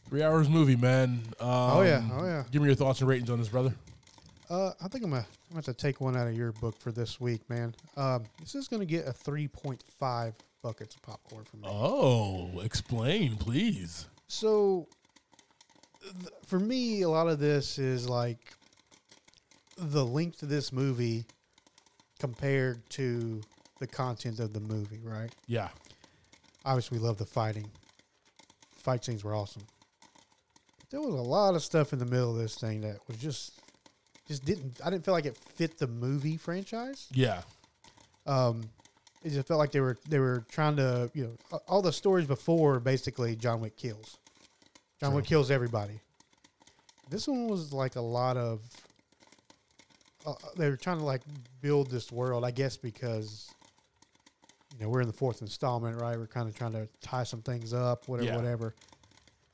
three hours movie, man. Um, oh
yeah, oh yeah.
Give me your thoughts and ratings on this, brother.
Uh, I think I'm gonna, I'm gonna have to take one out of your book for this week, man. Um, this is gonna get a 3.5 buckets of popcorn from me.
Oh, explain, please.
So, th- for me, a lot of this is like the length of this movie compared to the content of the movie, right?
Yeah,
Obviously, we love the fighting, fight scenes were awesome. But there was a lot of stuff in the middle of this thing that was just just didn't. I didn't feel like it fit the movie franchise.
Yeah.
Um, it just felt like they were they were trying to you know a- all the stories before basically John Wick kills. John Wick
True.
kills everybody. This one was like a lot of. Uh, they were trying to like build this world, I guess, because you know we're in the fourth installment, right? We're kind of trying to tie some things up, whatever,
Yeah.
whatever.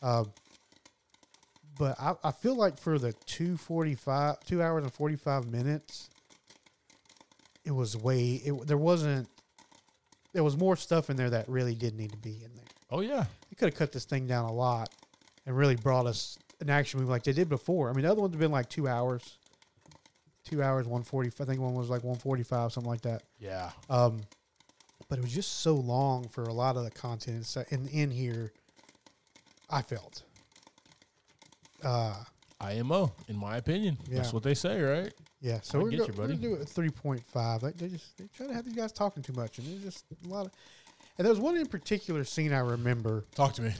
Um, but I, I feel like for the two forty five, two hours and forty five minutes, it was way. It, there wasn't. There was more stuff in there that really did need to be in there.
Oh yeah.
They could have cut this thing down a lot and really brought us an action movie like they did before. I mean, the other ones have been like two hours, two hours, one forty. I think one was like one forty five, something like that.
Yeah.
Um, but it was just so long for a lot of the content so- in in here. I felt. Uh,
IMO, in my opinion.
Yeah.
That's what they say, right?
Yeah, so
I
we're,
get
go,
you,
we're
buddy.
gonna do it at three point five. Like they just they try to have these guys talking too much, and there's just a lot of. And there was one in particular scene I remember
Talk to me.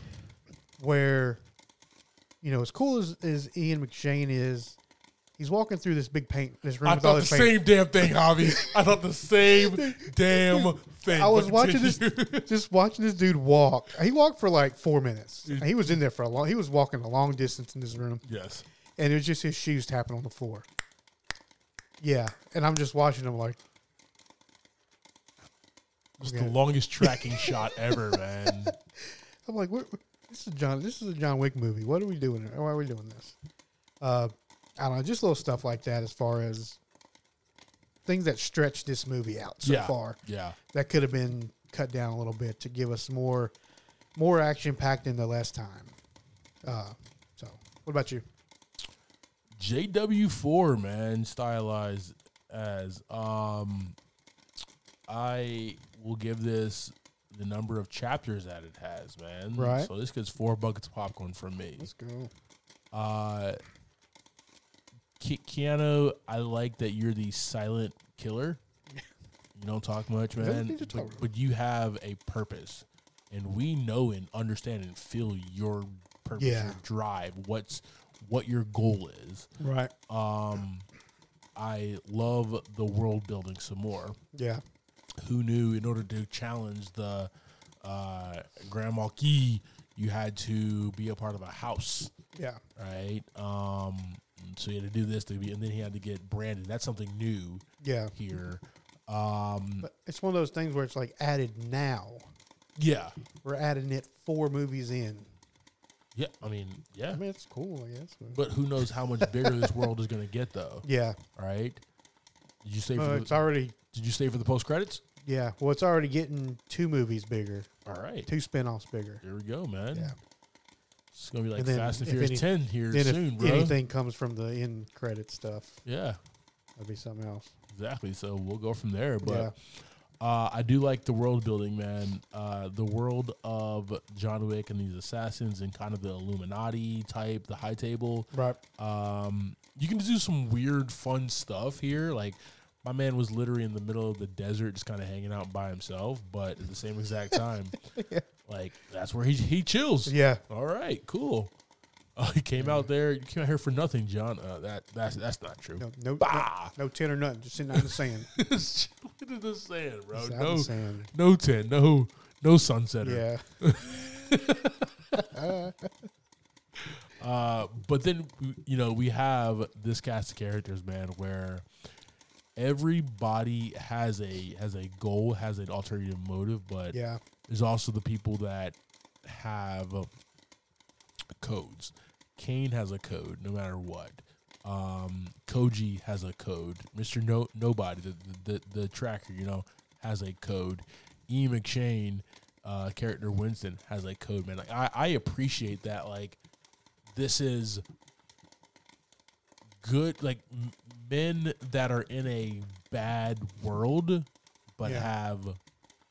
where, you know, as cool as, as Ian McShane is, he's walking through this big paint this room
I
with all
thought the
this paint.
same damn thing, Javi. I thought the same damn
*laughs*
thing.
I was
But
watching this,
continue.
*laughs* just watching this dude walk. He walked for like four minutes.
Dude.
He was in there for a long. He was walking a long distance in this room,
*laughs* yes.
and it was just his shoes tapping on the floor. Yeah, and I'm just watching him like,
It was
Okay.
the longest tracking shot
*laughs*
ever, man.
I'm like, what, what- this is John. This is a John Wick movie. What are we doing? here? Why are we doing this? Uh, I don't know. Just little stuff like that, as far as things that stretch this movie out so
yeah.
far,
Yeah.
that could have been cut down a little bit to give us more, more action packed in the less time. Uh, so, what about you?
JW4, man, stylized as. Um, I will give this the number of chapters that it has, man.
Right.
So this gets four buckets of popcorn from me.
go.
Uh, Ke- Keanu, I like that you're the silent killer. You don't talk much,
don't
man,
need to
but,
talk.
but you have a purpose, and we know and understand and feel your purpose,
Yeah.
your drive, what's what your goal is.
Right.
Um, I love the world building some more
Yeah.
who knew in order to challenge the uh, Grand Marquis, you had to be a part of a house,
Yeah.
right? Um, so you had to do this to be, and then he had to get branded. That's something new
Yeah.
here. Um,
But it's one of those things where it's like added now.
yeah,
We're adding it four movies in.
yeah. I mean,
I
yeah.
mean, it's cool. I guess.
But who knows how much bigger this world is going to get, though,
yeah.
right? Did you stay? For
Well,
the,
it's already
did you stay for the post credits?
yeah. Well, it's already getting two movies bigger,
All right,
two spin-offs bigger.
here we go, man.
Yeah.
It's gonna be like
And then
Fast and
if
Furious
any-
Ten here
Then
soon,
if
bro.
anything comes from the end credit stuff,
Yeah,
that'd be something else.
exactly. So we'll go from there, but.
yeah.
Uh, I do like the world building, man. Uh, the world of John Wick and these assassins and kind of the Illuminati type, the high table.
Right.
Um, you can do some weird, fun stuff here. Like, my man was literally in the middle of the desert, just kind of hanging out by himself, but at the
*laughs*
same exact time, like, that's where he, he chills.
Yeah.
All right, cool. Uh, he came out there. You came out here for nothing, John. Uh, that that's that's not true.
No. No. No,
Bah!
no tin or nothing. Just sitting out in the sand.
Just *laughs* Look at the sand, *laughs* bro.
Just out in
no,
the sand.
no tent, no no sunsetter.
Yeah.
Uh, but then you know we have this cast of characters, man, where everybody has a has a goal, has an alternative motive, but
Yeah.
there's also the people that have um, codes. Kane has a code, no matter what. Um, Koji has a code. Mister No Nobody, the, the the tracker, you know, has a code. E McShane, uh, character Winston has a code. Man, like, I I appreciate that. Like, this is good. Like m- men that are in a bad world, but
Yeah.
have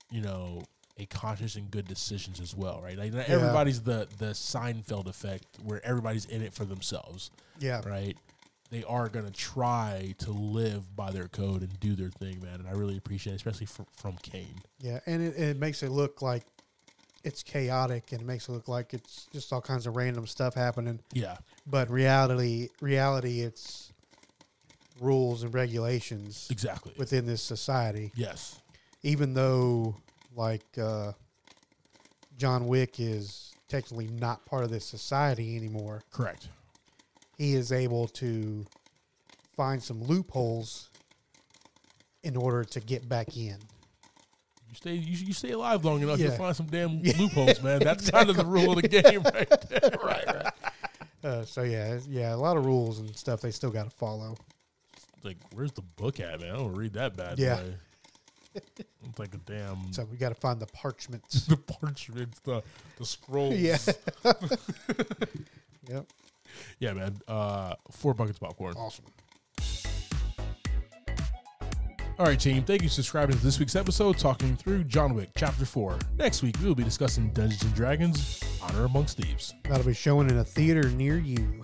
you know a conscious and good decisions as well, right? Like not everybody's the the Seinfeld effect where everybody's in it for themselves,
Yeah.
right? They are gonna try to live by their code and do their thing, man. And I really appreciate, it, especially fr- from Kane.
Yeah. And it, it makes it look like it's chaotic and it makes it look like it's just all kinds of random stuff happening.
Yeah.
But reality, reality, it's rules and regulations
Exactly.
within this society.
yes.
Even though, like, uh, John Wick is technically not part of this society anymore,
Correct.
he is able to find some loopholes in order to get back in.
You stay you, you stay alive long enough,
Yeah.
you'll find
*laughs*
some damn loopholes, man. That's kind of the rule of the game right there. right, right.
Uh, so yeah, it's- yeah, a lot of rules and stuff they still got to follow.
Like, where's the book at, man? I don't read that bad
Yeah. *laughs*
boy. It's like a damn *laughs*
So we got to find the parchments.
the parchment, the the scrolls.
yeah. *laughs* yep.
Yeah, man. Uh four buckets of popcorn.
Awesome.
All right, team. Thank you for subscribing to this week's episode, talking through John Wick Chapter 4. Next week, we will be discussing Dungeons and Dragons Honor Amongst Thieves.
That'll be showing in a theater near you.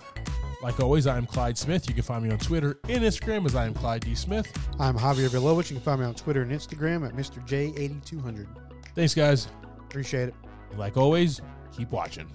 Like always, I am Clyde Smith. You can find me on Twitter and Instagram as I am Clyde D. Smith.
I'm Javier Vilovich. You can find me on Twitter and Instagram at Mr. J8200.
Thanks, guys.
Appreciate it.
And like always, keep watching.